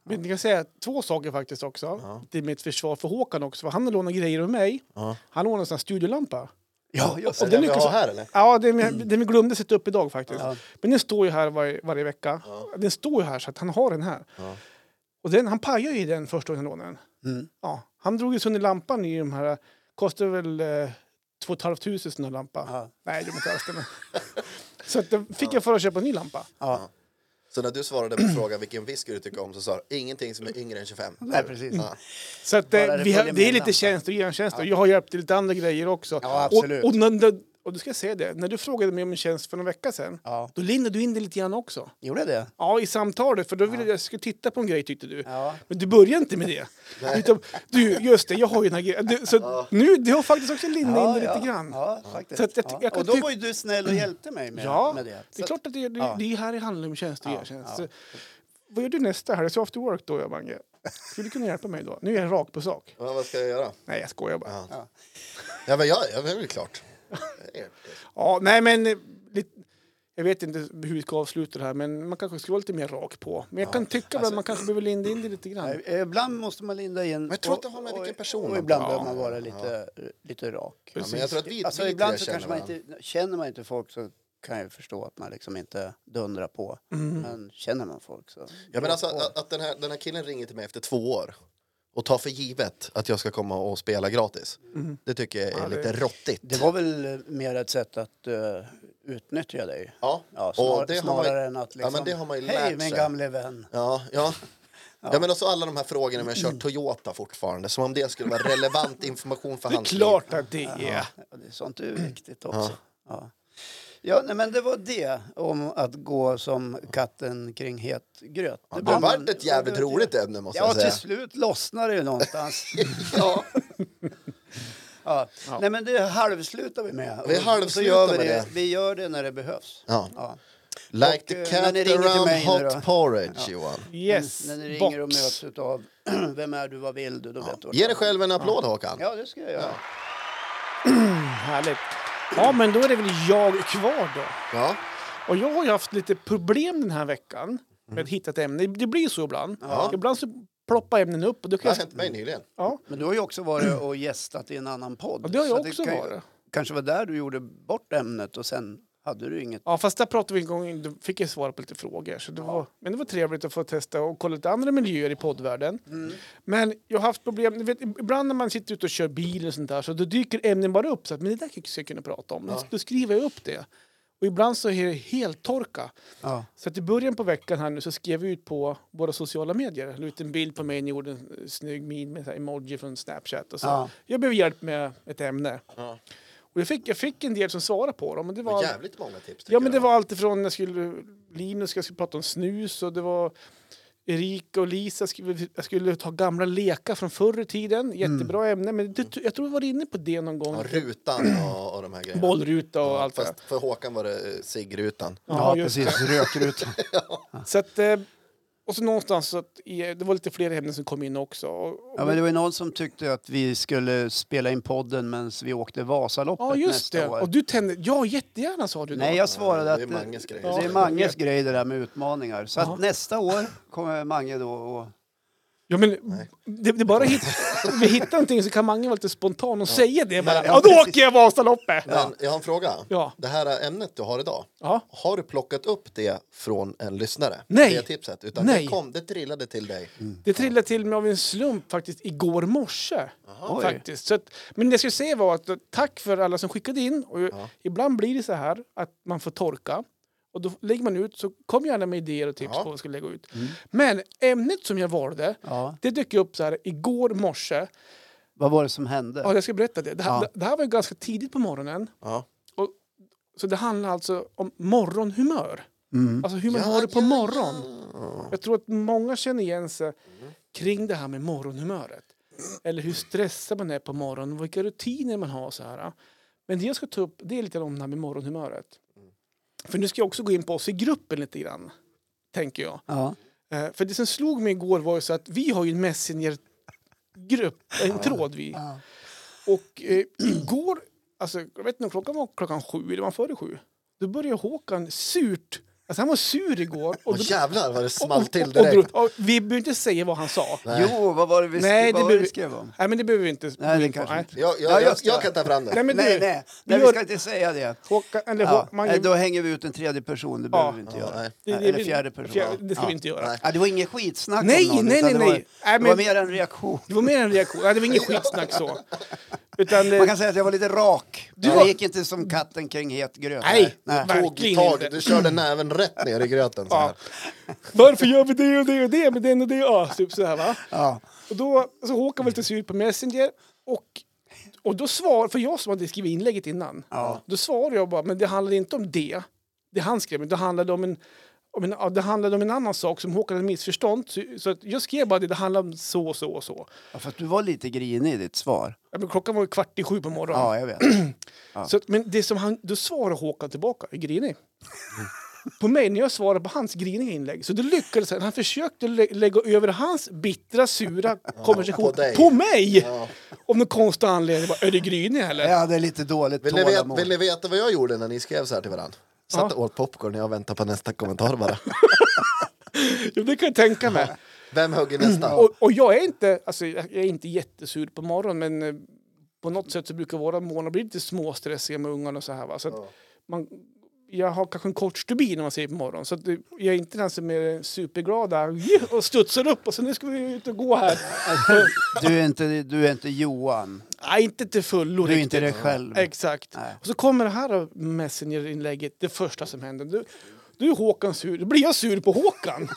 Men jag kan säga två saker faktiskt också.
Ja.
Till mitt försvar för Håkan också. För han har lånat grejer av mig.
Ja.
Han lånade en sån här studiolampa.
Ja, just
Är
Och
det
det
den vi
lyckas-
har här eller?
Ja, den, den vi glömde sätta upp idag faktiskt.
Mm. Ja.
Men den står ju här varje, varje vecka. Den står ju här så att han har den här.
Ja.
Och den, han pajade ju den första gången han lånade den.
Mm.
Ja, han drog ju sönder lampan i de här, kostar väl eh, 2 500 sån här lampa.
Ja.
Nej, det var inte alls det. men- Så att, då fick jag för att köpa en ny lampa.
Ja.
Så när du svarade på frågan vilken whisky du tycker om så sa du ingenting som är yngre än 25.
Nej, precis.
Ja.
Så att,
Bara
eh,
det
vi har,
följer
det är
med
lite
lampan.
tjänst och gentjänst. Och jag har hjälpt till lite andra grejer också.
Ja, absolut.
Och, och, när, när- och du ska jag säga det, när du frågade mig om en tjänst för någon vecka sedan,
Ja.
då lindade du in det lite grann också.
Gjorde jag det?
Ja, i samtalet, för då ville jag att jag skulle titta på en grej tyckte du.
Ja.
Men du började inte med det. Utan, du, just det, jag har ju den här grejen. Du, så nu, du har faktiskt också lindat in det lite grann.
Ja, faktiskt.
Så att jag ty-
ja.
jag kan
och då
ty-
var ju du snäll och hjälpte mig med,
Ja,
med det.
det.
Så
är
att-
klart att det, det,
Ja.
det är här det handlar om tjänst och gentjänst.
ja.
Så, Vad gör du nästa helg? Så after work då, jag Mange? Skulle du kunna hjälpa mig då? Nu är jag rak på sak.
Ja, vad ska jag göra?
Nej, jag skojar bara.
Ja.
Ja.
Ja, men jag, jag, det är väl klart.
Ja, nej men... eh, Lite, jag vet inte hur vi ska avsluta det här, men man kanske ska vara lite mer rak på. Men jag kan tycka ibland att man kanske behöver linda in det lite grann.
alltså- Nej, eh, Ibland måste man linda in.
jag tror
och-
att det har med
och-
vilken person
Och
man
ibland
pratar
behöver
med.
man vara lite, eh, lite rak.
Ja, men jag tror att vi,
Alltså
vi tre
ibland så
känner
kanske man
varandra.
inte, känner man inte folk så kan jag ju förstå att man liksom inte dundrar på.
Mm.
Men känner man folk så...
Ja, men alltså, att att den, här, den här killen ringer till mig efter två år och tar för givet att jag ska komma och spela gratis. Det tycker jag är
Ja, det-
lite råttigt.
Mm. Det var väl eh, mer ett sätt att eh, utnyttja dig.
Ja,
Ja,
och
snar,
det har man
snarare
ju,
än att
ja, men
liksom...
det har man ju
Hej
lärt
min
sig.
gamle vän.
Ja, ja. Ja. men också alla de här frågorna med kör Toyota fortfarande, som om det skulle vara relevant information för
Det är
hans liv.
klart att det är.
Ja, det är sånt är ju viktigt också. Ja. Ja, nej, men det var det om att gå som katten kring het gröt.
Det
var
var ett jävligt roligt ämne måste
Ja,
jag
till
säga.
slut lossnar det ju någonstans.
Ja.
Ja. Nej, men det halvslutar vi med.
Vi
Och
halvslutar
så gör vi
med
det.
det.
Vi gör det när det behövs.
Ja.
Ja.
Like
Och,
the
eh, när
cat
ni ringer till
around
mig nu
hot
då?
porridge, Johan.
Yes,
När ni
box.
ringer och möts av Vem är du, vad vill du? Då vet du vad
Ge
det
dig
är.
själv en applåd, Håkan.
Ja, det ska jag göra.
Härligt. Ja, men då är det väl jag kvar då.
Ja.
Och jag har ju haft lite problem den här veckan
Mm.
med att hitta ett ämne. Det blir ju så ibland.
Ja.
Ibland så ploppar ämnen upp och då
Det
kan
har
jag...
hänt mig nyligen.
Ja,
Men du har ju också varit och gästat i en annan podd.
Ja, det har
så
jag också
kan ju-
varit.
kanske var där du gjorde bort ämnet och sen hade du inget.
Ja, fast där pratade vi en gång, då fick jag svara på lite frågor. Så det var, men det var trevligt att få testa och kolla lite andra miljöer i poddvärlden.
Mm.
Men jag har haft problem, ni vet, ibland när man sitter ute och kör bil och sånt där så då dyker ämnen bara upp. Så att, men det där skulle jag kunna prata om.
Ja.
Då skriver jag upp det. Och ibland så är det helt torka.
Ja.
Så att i början på veckan här nu så skrev vi ut på våra sociala medier. La ut en bild på mig, ni gjorde en eh, snygg min med så här emoji från Snapchat och så.
Ja.
Jag behöver hjälp med ett ämne.
Ja.
Och jag fick, jag fick en del som svarade på dem. Och det
Det
var
var jävligt många tips. tycker
Ja, men
jag.
det var allt ifrån jag skulle, Linus jag skulle prata om snus och det var Erika och Lisa skulle, jag skulle ta gamla lekar från förr i tiden. Jättebra ämne, men det, jag tror vi var inne på det någon gång.
Ja, rutan och, och de här grejerna.
Bollruta och allt det där.
Fast för Håkan var det eh, ciggrutan.
Ja, just
Rökrutan.
Så att, eh, och så någonstans så att, i- det var lite fler ämnen som kom in också. Och, och,
Ja, men det var ju någon som tyckte att vi skulle spela in podden medan vi åkte Vasaloppet
ja, just
nästa
det.
år.
Och du tände, ja jättegärna sa du då.
Nej, jag svarade
Ja,
att
det är Manges grej.
det är Manges grej det där med utmaningar. Så
Ja.
att nästa år kommer Mange då och...
Ja, men, det, det är bara hit, vi hittar någonting så kan Mange vara lite spontan och säga det bara.
Ja,
Ja,
ja,
då
precis.
åker jag Vasaloppet!
Men jag har en fråga.
Ja.
Det här ämnet du har idag,
Ja.
har du plockat upp det från en lyssnare?
Nej.
Det tipset, utan
Nej.
Det, kom, det trillade till dig.
Mm.
Det trillade till mig av en slump faktiskt igår morse.
Oj.
Faktiskt. Så att, men det jag skulle säga var att eh, tack för alla som skickade in. Och ju- Ibland blir det så här att man får torka. Och då lägger man ut, så kom gärna med idéer och tips
Ja.
på vad vi ska lägga ut. Men ämnet som jag valde,
Mm. Ja.
det dök upp så här igår morse.
Vad var det som hände?
Ja, jag ska berätta det. Det, här-
Ja.
det här var ju ganska tidigt på morgonen.
Ja.
Så det handlar alltså om morgonhumör.
Mm.
Alltså hur man
Ja,
har det på
ja,
morgon. Jag tror att många känner igen sig kring det här med morgonhumöret. Eller hur stressad man är på morgonen, vilka rutiner man har. så här. Men det jag ska ta upp det är lite om det här med morgonhumöret.
Mm.
För nu ska jag också gå in på oss i gruppen lite grann, tänker jag.
Ja.
Eh, För det som slog mig igår var ju så att vi har ju en Messenger-grupp, en tråd vi.
Ja.
Och eh, igår, alltså, jag vet inte, klockan var klockan sju, eller var före sju. Då började Håkan surt, alltså han var sur igår. Och
Och
då,
jävlar vad det small
och,
till
och, och,
direkt.
drog- och, vi behöver inte säga vad han sa.
Nej.
Jo, vad var det vi,
Nej,
nej,
det
vad var det
behöver-
vi skrev om?
Nej, men det behöver vi inte.
Nej,
gå
det
in på.
kanske
Nej.
inte.
Jag, jag,
Ja,
jag,
just det.
jag kan ta fram det.
Nej, men
Nej,
du,
nej,
vi
nej vi
gör-
ska inte säga det.
Håkan, eller
Ja.
Hå- man,
nej, då hänger vi ut en tredje person, det behöver vi inte
Ja,
göra.
nej.
det- det-
Eller fjärde person.
fjärde- det ska
ja.
vi inte göra.
Nej.
Ja, det var inget skitsnack
Nej,
om någon,
nej,
utan
nej,
det var,
nej. Nej,
Det var
men-
mer en reaktion.
Det var mer en reaktion. Nej, det var ingen skitsnack så. Utan, eh,
Man kan säga att jag var lite rak.
Du
jag
var-
gick inte som katten kring het gröt.
Nej,
nej.
verkligen
Tog tag,
inte.
du körde näven rätt ner i gröten. Så
Ja.
här.
Varför gör vi det och det och det med den och det? Ja, typ så här, va?
Ja.
Och då så Håkan var lite sur på Messenger och, och då svar, för jag som hade skrivit inlägget innan,
Ja.
då svarade jag bara, men det handlade inte om det, det han skrev, men det handlade om en, om en, ja, det handlade om en annan sak som Håkan hade missförstått. Så, så att jag skrev bara det, det handlade om så och så och så.
Ja, för att du var lite grinig i ditt svar.
Ja, men klockan var ju kvart i sju på morgonen.
Ja, jag vet.
Så att, men det som han, då svarade Håkan tillbaka, grinig. På mig, när jag svarade på hans griniga inlägg. Så det lyckades han. Han försökte lä lägga över hans bittra, sura konversation
på dig.
på mig!
Ja.
Om någon konstig anledning. Bara, är du grinig eller?
Jag hade lite dåligt
Vill, ni veta,
tålamod.
vill ni veta vad jag gjorde när ni skrev så här till varandra? Satt
Ja.
och åt popcorn och jag väntade på nästa kommentar bara.
Jo, det kan jag tänka mig.
Vem hugger nästa?
Och, och jag är inte, alltså, jag är inte jättesur på morgonen, men eh, på något sätt så brukar våra morgnar bli lite småstressiga med ungarna och så här. Va? Så att man, jag har kanske en kort stubin om man säger på morgonen, så att det- jag är inte den som är superglad där "Yeah!" och studsar upp och så nu ska vi ut och gå här.
Du, är inte, du är inte Johan.
Nej, inte till fullo
Du är
riktigt.
inte dig själv.
Exakt.
Nej.
Och så kommer det här Messenger-inlägget, det första som händer. Du, du är Håkan sur. Då blir jag sur på Håkan.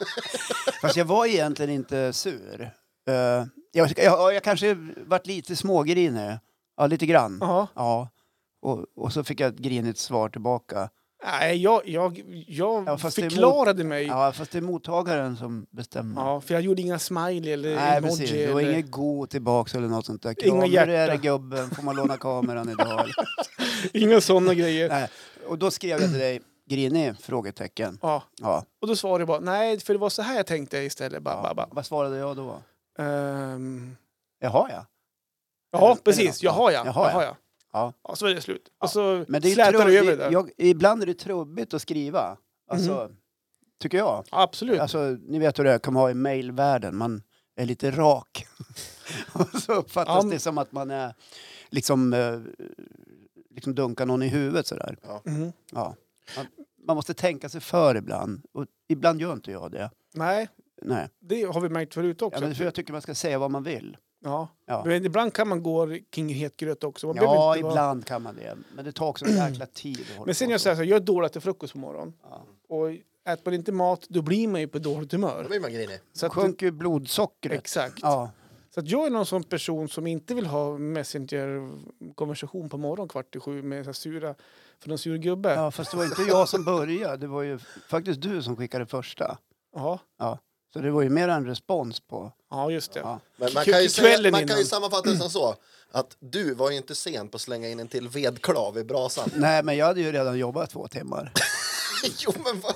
Fast jag var egentligen inte sur. Eh, jag, jag, jag kanske varit lite smågrinig. Ja, lite grann.
Ja.
Ja. Och, och så fick jag ett grinigt svar tillbaka.
Nej, jag, jag, jag
Ja, fast det är mot-
förklarade mig. Ja.
Ja, fast det är mottagaren som bestämmer.
för jag gjorde inga smiley eller
Nej,
emoji.
precis. Det var
eller...
inget gå tillbaks eller något sånt där.
Inga
Kram, hur är
hjärta.
det gubben? Får man låna kameran idag?
inga sådana grejer.
Nej. Och då skrev jag till dig, grinig? Frågetecken.
Ja.
Ja.
Och då svarade jag bara nej, för det var så här jag tänkte istället. Ba, ba, ba.
ja. Vad svarade jag då?
Ehm,
Jaha, ja.
ja,
Eller-
precis.
eller-
Jaha, ja.
Jaha, ja.
Jaha, ja.
Ja.
Ja, så är det slut. Och så
Men det är ju
slätar du
trubbigt-
över det där. Mhm.
jag, Ibland är det trubbigt att skriva. Alltså, tycker jag.
Absolut.
Alltså, ni vet hur det är, kommer ha i mejlvärlden. Man är lite rak. och så uppfattas
Ja, men-
det som att man är liksom, eh, liksom dunkar någon i huvudet sådär.
Mhm.
Ja. Man, man måste tänka sig för ibland. Och ibland gör inte jag det.
Nej,
Nej.
det har vi märkt förut
Ja,
också.
men för jag tycker man ska säga vad man vill.
Ja.
Ja.
Men ibland kan man gå kring het gröt också. Man behöver
Ja,
inte vara-
ibland kan man det. Men det tar också en jäkla tid. att hålla
Men sen
på
jag
så.
säger så här, jag är dålig till frukost på morgonen.
Ja.
Och äter man inte mat, då blir man ju på dåligt
Då
humör.
blir man grinig.
Så att,
Sjunker ju blodsockret.
exakt.
Ja.
Så att jag är någon sån person som inte vill ha Messenger-konversation på morgonen kvart i sju med så här sura, för någon sur gubbe. Ja.
ja, fast det var inte jag som började. Det var ju faktiskt du som skickade första.
Ja.
Ja. Så det var ju mer en respons på...
just det.
Ja.
Men man
K-
kan ju, säga,
kvällen
man kan ju
innan.
sammanfatta det som så att du var ju inte sen på att slänga in en till vedklav i brasan.
Nej, men jag hade ju redan jobbat två timmar.
jo men vad?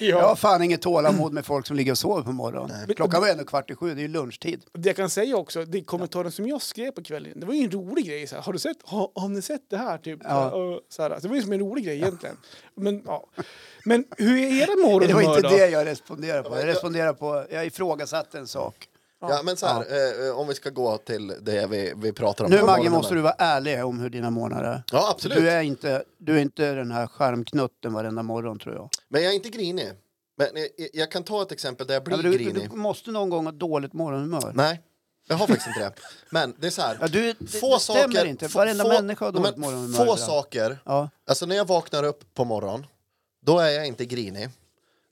Jag har
Ja.
fan inget tålamod med folk som ligger och sover på morgonen.
Nej.
Klockan var ändå kvart i sju, det är ju lunchtid.
Det jag kan säga också, det är kommentaren som jag skrev på kvällen, det var ju en rolig grej. Så här, har, du sett, har, har ni sett det här? Typ,
Ja.
och, så här, så det var ju som en rolig grej egentligen. Men, ja. Men hur är era morgonhumör
Det var inte
då?
det jag responderade på. Jag
jag-
responderade på... Jag ifrågasatte en sak.
Ja men så här, eh, eh, om vi ska gå till det vi, vi pratar om.
Nu
på
Magge
morgonen.
måste du vara ärlig om hur dina månader är.
Ja absolut.
Du är, inte, du är inte den här skärmknutten varenda morgon tror jag.
Men jag är inte grinig. Men eh, jag, jag kan ta ett exempel där jag blir
Ja, men du, du,
grinig.
du måste någon gång ha dåligt morgonhumör.
Nej, jag har faktiskt inte det. Men det är så här.
Ja, du, det,
få
det stämmer
saker,
inte.
få-
Varenda
få-
människa har
Nej,
dåligt
men
morgonhumör.
Få
ibland.
saker.
Ja.
Alltså när jag vaknar upp på morgonen, då är jag inte grinig.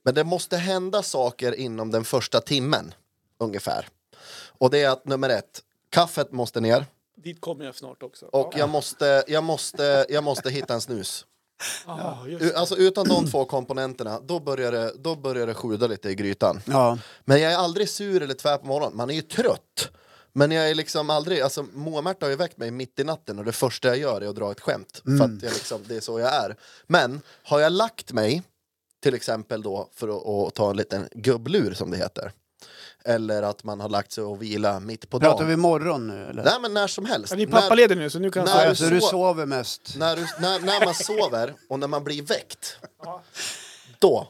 Men det måste hända saker inom den första timmen, ungefär. Och det är att nummer ett, kaffet måste ner.
Dit kommer jag snart också.
Och jag måste, jag måste, jag måste hitta en snus.
Ja, Ah, just
U- Alltså utan de två komponenterna, då börjar det, då börjar det sjuda lite i grytan.
Ja.
Men jag är aldrig sur eller tvär på morgonen. Man är ju trött. Men jag är liksom aldrig, alltså Moa-Märta har ju väckt mig mitt i natten och det första jag gör är att dra ett skämt. För
Mm.
att jag liksom, det är så jag är. Men har jag lagt mig, till exempel då för att, att ta en liten gubblur som det heter. Eller att man har lagt sig och vila mitt på
Pratar
dagen.
vi morgon nu eller?
Nej men när som helst.
Ja, vi är
När-
pappaleder nu, så nu kan
Nej,
Ja,
jag
alltså, du
så-
sover mest.
när, du, när, när man sover och när man blir väckt, då,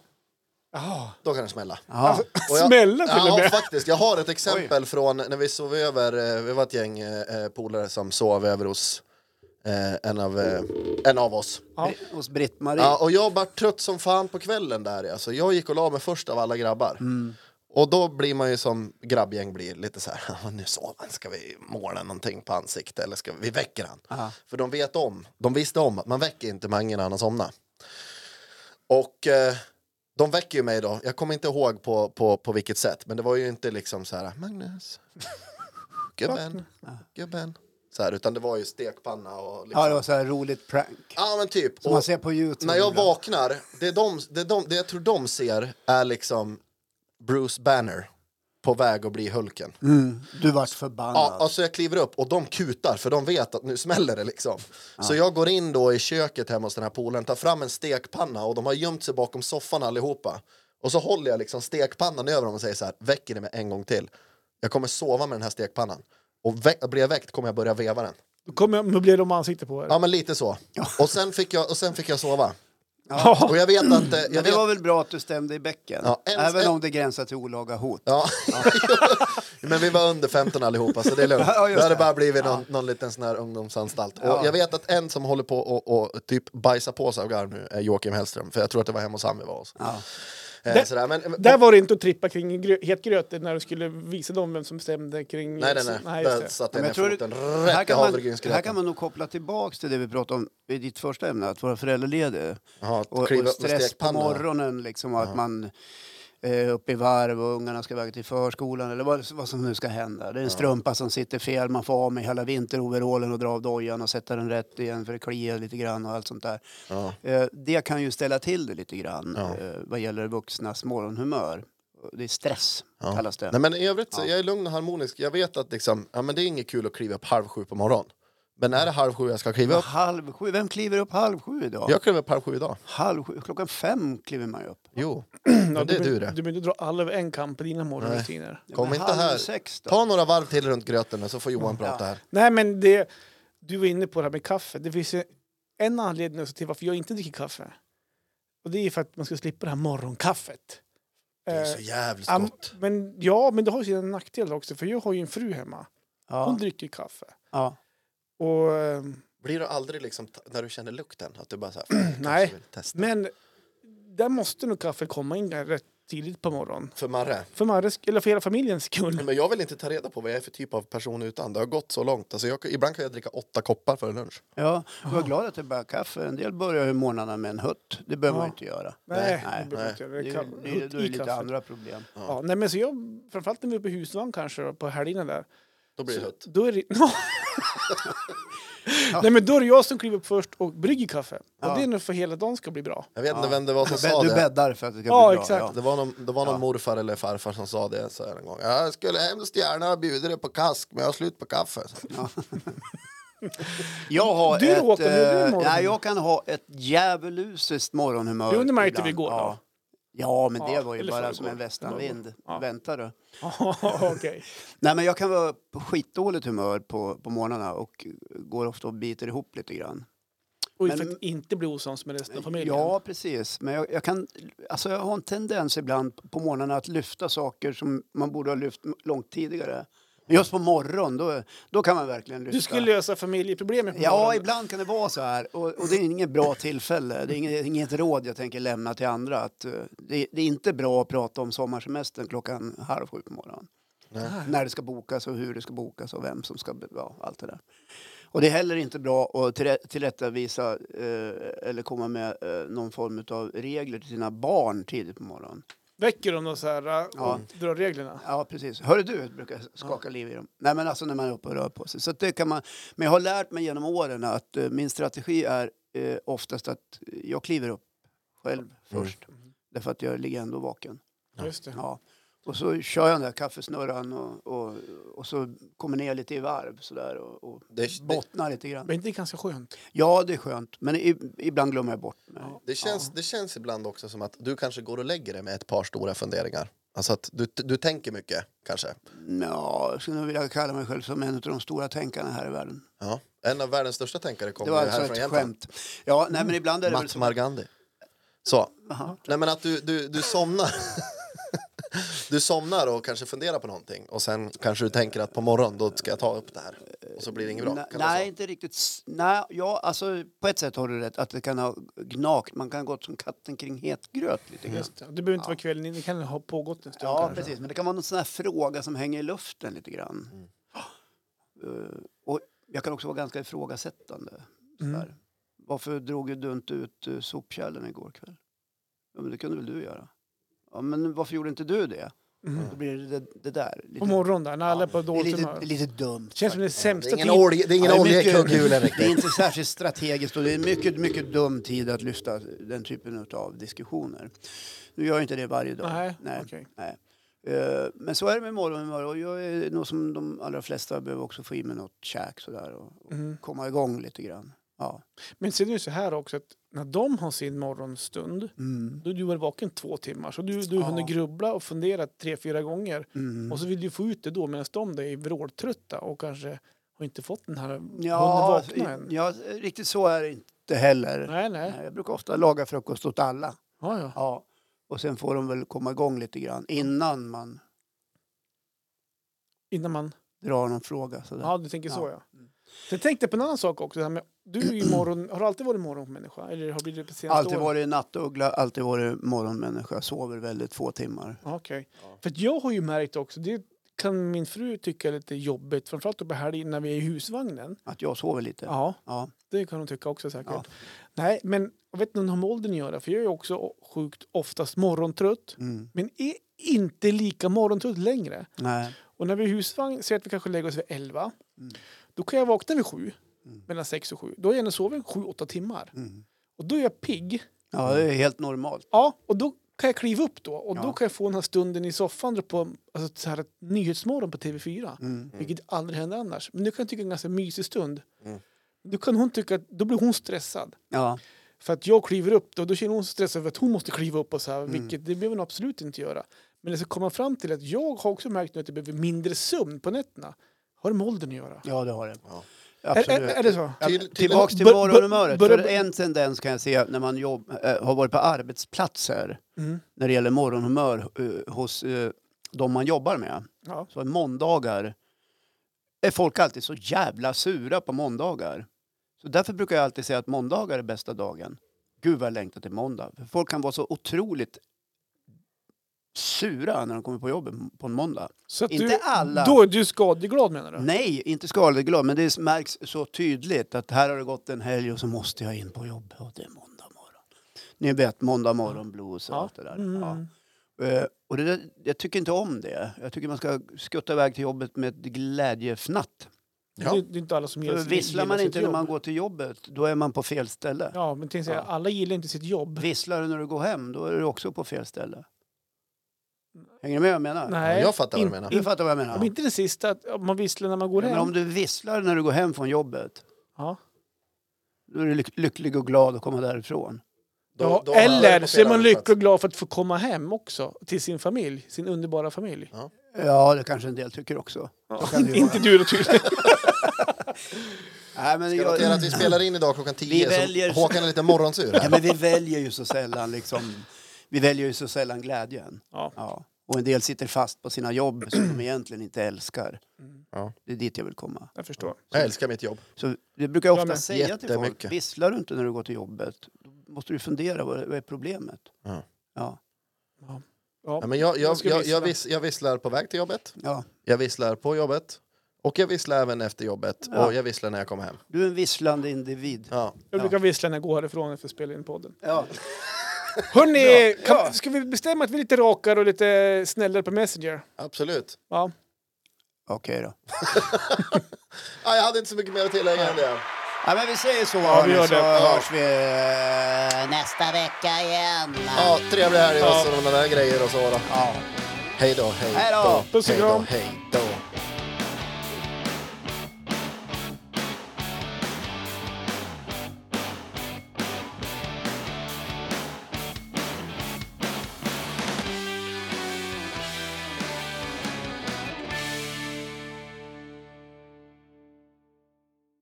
Ja.
då kan det smälla.
Ja.
Och jag-
Smälla till
ja,
och med.
faktiskt. Jag har ett exempel från när vi sov över, eh, vi var ett gäng eh, eh, polare som sov över hos eh, en, av, eh, en av oss.
Ja.
Hos Britt-Marie.
Ja, och jag var trött som fan på kvällen där. Alltså, jag gick och la mig först av alla grabbar.
Mm.
Och då blir man ju som grabbgäng blir, lite så här, nu sover han, ska vi måla någonting på ansiktet eller ska vi, vi väcker han?
Ja.
För de vet om, de visste om att man väcker inte Mange när han har somnat. Och eh, de väcker ju mig då, jag kommer inte ihåg på, på, på vilket sätt, men det var ju inte liksom så här, Magnus, gubben, gubben. Så här, utan det var ju stekpanna och liksom.
Ja, det var så här roligt prank.
Ja men typ.
Som
Och-
man ser på Youtube.
när jag
ibland.
vaknar, det, de, det, de, det jag tror de ser är liksom Bruce Banner på väg att bli Hulken.
Mm, du vart förbannad.
Ja, alltså jag kliver upp och de kutar för de vet att nu smäller det liksom. Så jag går in då i köket hemma hos den här polaren, tar fram en stekpanna och de har gömt sig bakom soffan allihopa. Och så håller jag liksom stekpannan över dem och säger så här, väcker ni mig en gång till. Jag kommer sova med den här stekpannan. Och vä- blir jag väckt kommer jag börja veva den.
Då kommer jag möblera om ansiktet på er.
Ja men lite så. Och sen fick jag, och sen fick jag sova.
Ja.
Och jag vet att... eh, Jag
Men det
vet,
var väl bra att du stämde i bäcken?
Ja, en-
Även
en-
om det gränsar till olaga hot.
Ja. Men vi var under 15 allihopa, så det är lugnt.
Ja, just
det hade
det.
bara blivit någon, någon liten sån här ungdomsanstalt. Och jag vet att en som håller på och, och typ bajsar på sig av garv nu är Joakim Hellström, för jag tror att det var hemma hos han vi var hos.
Ja.
Eh,
Där-
sådär. Men,
Där var det inte att trippa kring grö- het gröt när du skulle visa dem vem som bestämde kring...
nej, nej, nej.
just
Där
det.
satte
Men
jag ner
jag tror
foten
det- här,
rätt i
kan man, här
havregrynsgröten.
kan man nog koppla tillbaks till det vi pratade om i ditt första ämne, att vara föräldraledig.
Jaha, att
Och,
kliva
och
upp med
stress på
stekpannan.
morgonen, liksom, och att man eh, upp i varv och ungarna ska iväg till förskolan eller vad, vad som nu ska hända. Det är en strumpa som sitter fel, man får av med hela vinteroverallen och dra av dojan och sätta den rätt igen för det kliar lite grann och allt sånt där.
Ja.
Eh, det kan ju ställa till det lite grann
Ja.
eh, vad gäller vuxnas morgonhumör. Det är stress,
Ja.
kallas det.
Nej, men i övrigt, så jag är lugn och harmonisk. Jag vet att liksom, ja, men det är inget kul att kliva upp halv sju på morgonen. Men är det halv sju jag ska kliva upp?
Halv sju, vem kliver upp halv sju idag?
Jag kliver upp halv sju idag.
Halv sju, klockan fem kliver man ju upp.
Jo, men det är du det.
Du behöver inte dra alla över en kamp i dina morgonrutiner.
Ja,
Kom
men
inte
halv
här.
Sex då.
Ta några varv till runt gröten så får Johan prata här.
Nej, men det... Du var inne på det här med kaffe. Det finns ju en anledning också till varför jag inte dricker kaffe. Och det är för att man ska slippa det här morgonkaffet.
Det är
Eh,
så jävligt
am-
gott.
men, ja, men det har ju sina nackdelar också. För jag har ju en fru hemma. Hon
Ja,
dricker kaffe.
ja.
Och, eh,
Blir du aldrig liksom, t- när du känner lukten, att du bara så här, "Fan, jag kanske
Nej.
vill testa."
men där måste nog kaffe komma in rätt tidigt på morgonen.
För Marre,
För, Marres, eller för hela familjens skull.
men jag vill inte ta reda på vad jag är för typ av person utan. Det har gått så långt. Alltså jag, ibland kan jag dricka åtta koppar före lunch.
ja. Och jag är glad att det bara är kaffe. En del börjar ju morgnarna med en hutt. Det behöver
Ja.
man ju inte göra.
Nej,
nej.
det behöver man
Det,
inte
är-
göra.
det,
Det
är-
kan-
då är det
i
lite
kaffet.
andra problem.
Ja, nej, men så jag, framförallt när vi är uppe i husvagn kanske då, på helgerna där.
Då blir det
Så,
hött.
då är det... Nej men då är det jag som kliver upp först och brygger kaffe.
Ja.
Och det är nog för hela dagen ska bli bra.
Jag vet inte
Ja.
vem det var som
Du,
sa
bäd- du
det.
bäddar för att det ska
Ja,
bli bra.
exakt.
Det var någon, det var någon
Ja.
morfar eller farfar som sa det så här en gång. Jag skulle hemskt gärna bjuda dig på kask, men jag har slut på kaffe.
Jag har
Du,
ett,
Håkan, hur är din
eh,
morgon?
nej, jag kan ha ett djävulusiskt morgonhumör.
Det under märkte
ibland.
vi igår,
Ja.
va?
Ja, men det
Ja,
var ju
eller
bara
förrgår.
som en västanvind.
Ja.
Vänta du.
Okej.
Nej, men jag kan vara på skitdåligt humör på, på morgnarna och går ofta och biter ihop lite grann.
Och
Men-
för att inte bli osams med resten av familjen.
Ja, precis. Men jag, jag, kan, alltså jag har en tendens ibland på morgnarna att lyfta saker som man borde ha lyft m- långt tidigare. Men Just på morgon, då, då kan man verkligen lyfta.
Du ska lösa familjeproblemet på
Ja,
morgonen.
ibland kan det vara så här. Och, och det är inget bra tillfälle. Det är inget, inget råd jag tänker lämna till andra. Att, eh, det, det är inte bra att prata om sommarsemestern klockan halv sju på morgonen. När det ska bokas och hur det ska bokas och vem som ska... be- Ja, allt det där. Och det är heller inte bra att tillrä- tillrättavisa eh, eller komma med eh, någon form av regler till sina barn tidigt på morgonen.
Väcker de och så här äh, och
Ja.
drar reglerna.
Ja, precis. Hör du, brukar jag skaka liv i dem. Nej, men alltså när man är uppe och rör på sig. Så att det kan man, men jag har lärt mig genom åren att eh, min strategi är eh, oftast att jag kliver upp själv
Mm.
först. Därför att jag ligger ändå vaken.
Just det.
Ja. Och så kör jag den där kaffesnurran och, och, och så kommer ner lite i varv sådär och, och
Det, det,
bottnar lite grann.
Men inte det är ganska skönt?
Ja, det är skönt. Men i, ibland glömmer jag bort mig.
det, känns, det känns ibland också som att du kanske går och lägger dig med ett par stora funderingar. Alltså att du, du tänker mycket, kanske.
Ja, jag skulle nog vilja kalla mig själv som en av de stora tänkarna här i världen.
Ja. En av världens största tänkare
Det
kommer
var
ju
alltså
här från
ett
Jämtland.
skämt. Ja, nej, men ibland är det väl
Mats
så.
Margandi. Så.
Aha.
Nej, men att du, du, du somnar. Du somnar och kanske funderar på någonting och sen kanske du tänker att på morgon då ska jag ta upp det här och så blir det inget bra.
Nej,
Kan det vara
nej, inte riktigt. s- Nej, ja, alltså, på ett sätt har du rätt att det kan ha gnagt. Man kan ha gått som katten kring het gröt lite grann.
Just det. Det behöver inte vara kvällen in. Det kan ha pågått en stund
Ja,
kanske.
precis. Men det kan vara någon sån här fråga som hänger i luften lite grann.
Mm.
Eh, och jag kan också vara ganska ifrågasättande.
Mm.
Sådär. Varför drog ju du inte ut uh, sopkärlen igår kväll? Ja, men det kunde väl du göra? Ja, men varför gjorde inte du det?
Mm.
Då blir det det, det där. Lite,
På morgonen där, när alla är på
det är
dåligt humör.
lite, lite dumt.
känns som det
så?
sämsta
Det är ingen
tid-
olje- det är ingen
Ja,
olja i
mycket-
kugghjulen
Det är
riktigt.
inte särskilt strategiskt och det är mycket, mycket dum tid att lyfta den typen av diskussioner. Nu gör jag inte det varje dag.
Nej,
Nej.
okej.
Nej. Eh, Men så är det med morgonhumör och jag är nog som de allra flesta behöver också få i mig något käk sådär och, och komma igång lite grann. Ja.
Mm. Men ser du så här också att när de har sin morgonstund
Mm,
då är du varit vaken två timmar så du, du har hunnit grubbla och fundera tre, fyra gånger
mm.
och
Mm.
så vill du få ut det då medan de där är vråltrötta och kanske har inte fått den här
Ja,
hunnit vakna än.
ja, riktigt så är det inte heller.
Nej, nej.
Nej, Jag brukar ofta laga frukost åt alla.
Ja, ja.
Ja. Och sen får de väl komma igång lite grann innan man
Innan man...
drar någon fråga. Sådär.
Ja, du tänker så
Ja.
ja. Sen tänkte jag på en annan sak också. Det här med, du är ju morgon, har du alltid varit morgonmänniska? Eller har det blivit det på senaste
Alltid
åren?
varit nattuggla,
Ah,
alltid varit morgonmänniska. Sover väldigt få timmar.
Ja, Okej. För att jag har ju märkt också, det kan min fru tycka är lite jobbigt, framförallt på helgen när vi är i husvagnen.
Att jag sover lite. Ja.
Ja,
ja.
det kan hon tycka också säkert.
Ja.
Nej, men jag vet inte om det har med åldern att göra, för jag är ju också sjukt oftast morgontrött.
Mm.
Men är inte lika morgontrött längre.
Nej.
Och när vi är i husvagn, säg att vi kanske lägger oss vid 11.
Mm.
Då kan jag vakna vid 7,
Mm.
mellan 6 och 7. Då har jag ändå sovit 7-8 timmar.
Mm.
Och då är jag pigg.
Ja, det är helt normalt.
Ja, och då kan jag kliva upp då. Och
Ja.
då kan jag få den här stunden i soffan dra på alltså, så här, Nyhetsmorgon på TV4.
Mm.
Vilket aldrig händer annars. Men nu kan jag tycka en ganska mysig stund.
Mm.
Då kan hon tycka att då blir hon stressad.
Ja.
För att jag kliver upp då, då känner hon sig stressad för att hon måste kliva upp och så här,
Mm.
vilket det behöver hon absolut inte göra. Men det ska komma fram till att jag har också märkt nu att jag behöver mindre sömn på nätterna. Har det med åldern att göra?
ja, det har det.
Ja.
Är,
Absolut.
är, är det så?
Ja,
Till- till-
tillbaks till
bör-
varuhumöret.
bör-
För
bör-
en tendens kan jag se när man jobb, eh, har varit på arbetsplatser
Mm.
när det gäller morgonhumör eh, hos eh, de man jobbar med.
Ja.
Så måndagar är folk alltid så jävla sura på måndagar. Så därför brukar jag alltid säga att måndagar är bästa dagen. Gud vad jag längtar till måndag. För folk kan vara så otroligt sura när de kommer på jobbet på en måndag.
Så att
Inte
du,
alla.
Då är du skadeglad menar du?
Nej, inte skadeglad, men det märks så tydligt att här har det gått en helg och så måste jag in på jobbet och det är måndag morgon. Ni vet, måndag morgon blues och
Ja.
allt det där.
Mm.
Ja. Eh, Och det där, jag tycker inte om det. Jag tycker man ska skutta iväg till jobbet med ett glädjefnatt.
Ja.
Det, det är inte alla som
För
gillar
visslar
gillar
man
sitt
inte när
jobb.
man går till jobbet, då är man på fel ställe.
Ja, men tänk så här,
Ja.
alla gillar inte sitt jobb.
Visslar du när du går hem, då är du också på fel ställe. Hänger du med vad jag menar?
Nej,
jag fattar vad du
in-
menar.
Du fattar vad jag menar?
Ja, men inte det sista, att ja, man visslar när man går
Ja,
hem.
men om du visslar när du går hem från jobbet,
ja.
då är du lyck- lycklig och glad att komma därifrån.
Då-
ja,
då har jag varit
eller
på
så är
fel
man
arbetsplats.
lycklig och glad för att få komma hem också till sin familj, sin underbara familj.
Ja, det kanske en del tycker också. Så kan det ju
inte
vara.
du då tydligen.
Nej, men,
Ska
jag,
notera att vi spelar in idag klockan 10
Vi
så
väljer-
Håkan är lite morgonsur
ja,
här.
men vi väljer ju så sällan liksom, vi väljer ju så sällan glädjen.
Ja.
Ja. Och en del sitter fast på sina jobb som de egentligen inte älskar.
Ja.
Det är dit jag vill komma.
Jag förstår.
Jag älskar mitt jobb.
Så det brukar jag
Jag
ofta
med.
säga till folk.
Jättemycket.
Visslar du inte när du går till jobbet, då måste du fundera vad vad är problemet.
Ja.
Ja.
Ja, men jag,
Jag
jag,
ska
jag,
vissla.
jag, viss, jag visslar på väg till jobbet,
Ja.
jag visslar på jobbet och jag visslar även efter jobbet
Ja.
och jag visslar när jag kommer hem.
Du är en visslande individ.
Ja.
Jag brukar vissla när jag går härifrån efter att spela in podden.
Ja.
Hörni, kan- ska vi bestämma att vi är lite rakare och lite snällare på Messenger?
Absolut.
Ja.
Okej då.
Ja, jag hade inte så mycket mer att tillägga än det.
Ja, men vi säger så,
vi
hörni,
gör
så
det. Ja.
hörs vi eh, nästa vecka igen.
Ja, trevlig helg och sådana där grejer och så. Då.
Ja.
Hej då, hej
Hej då.
då,
Puss och
hej då,
kram.
hej då.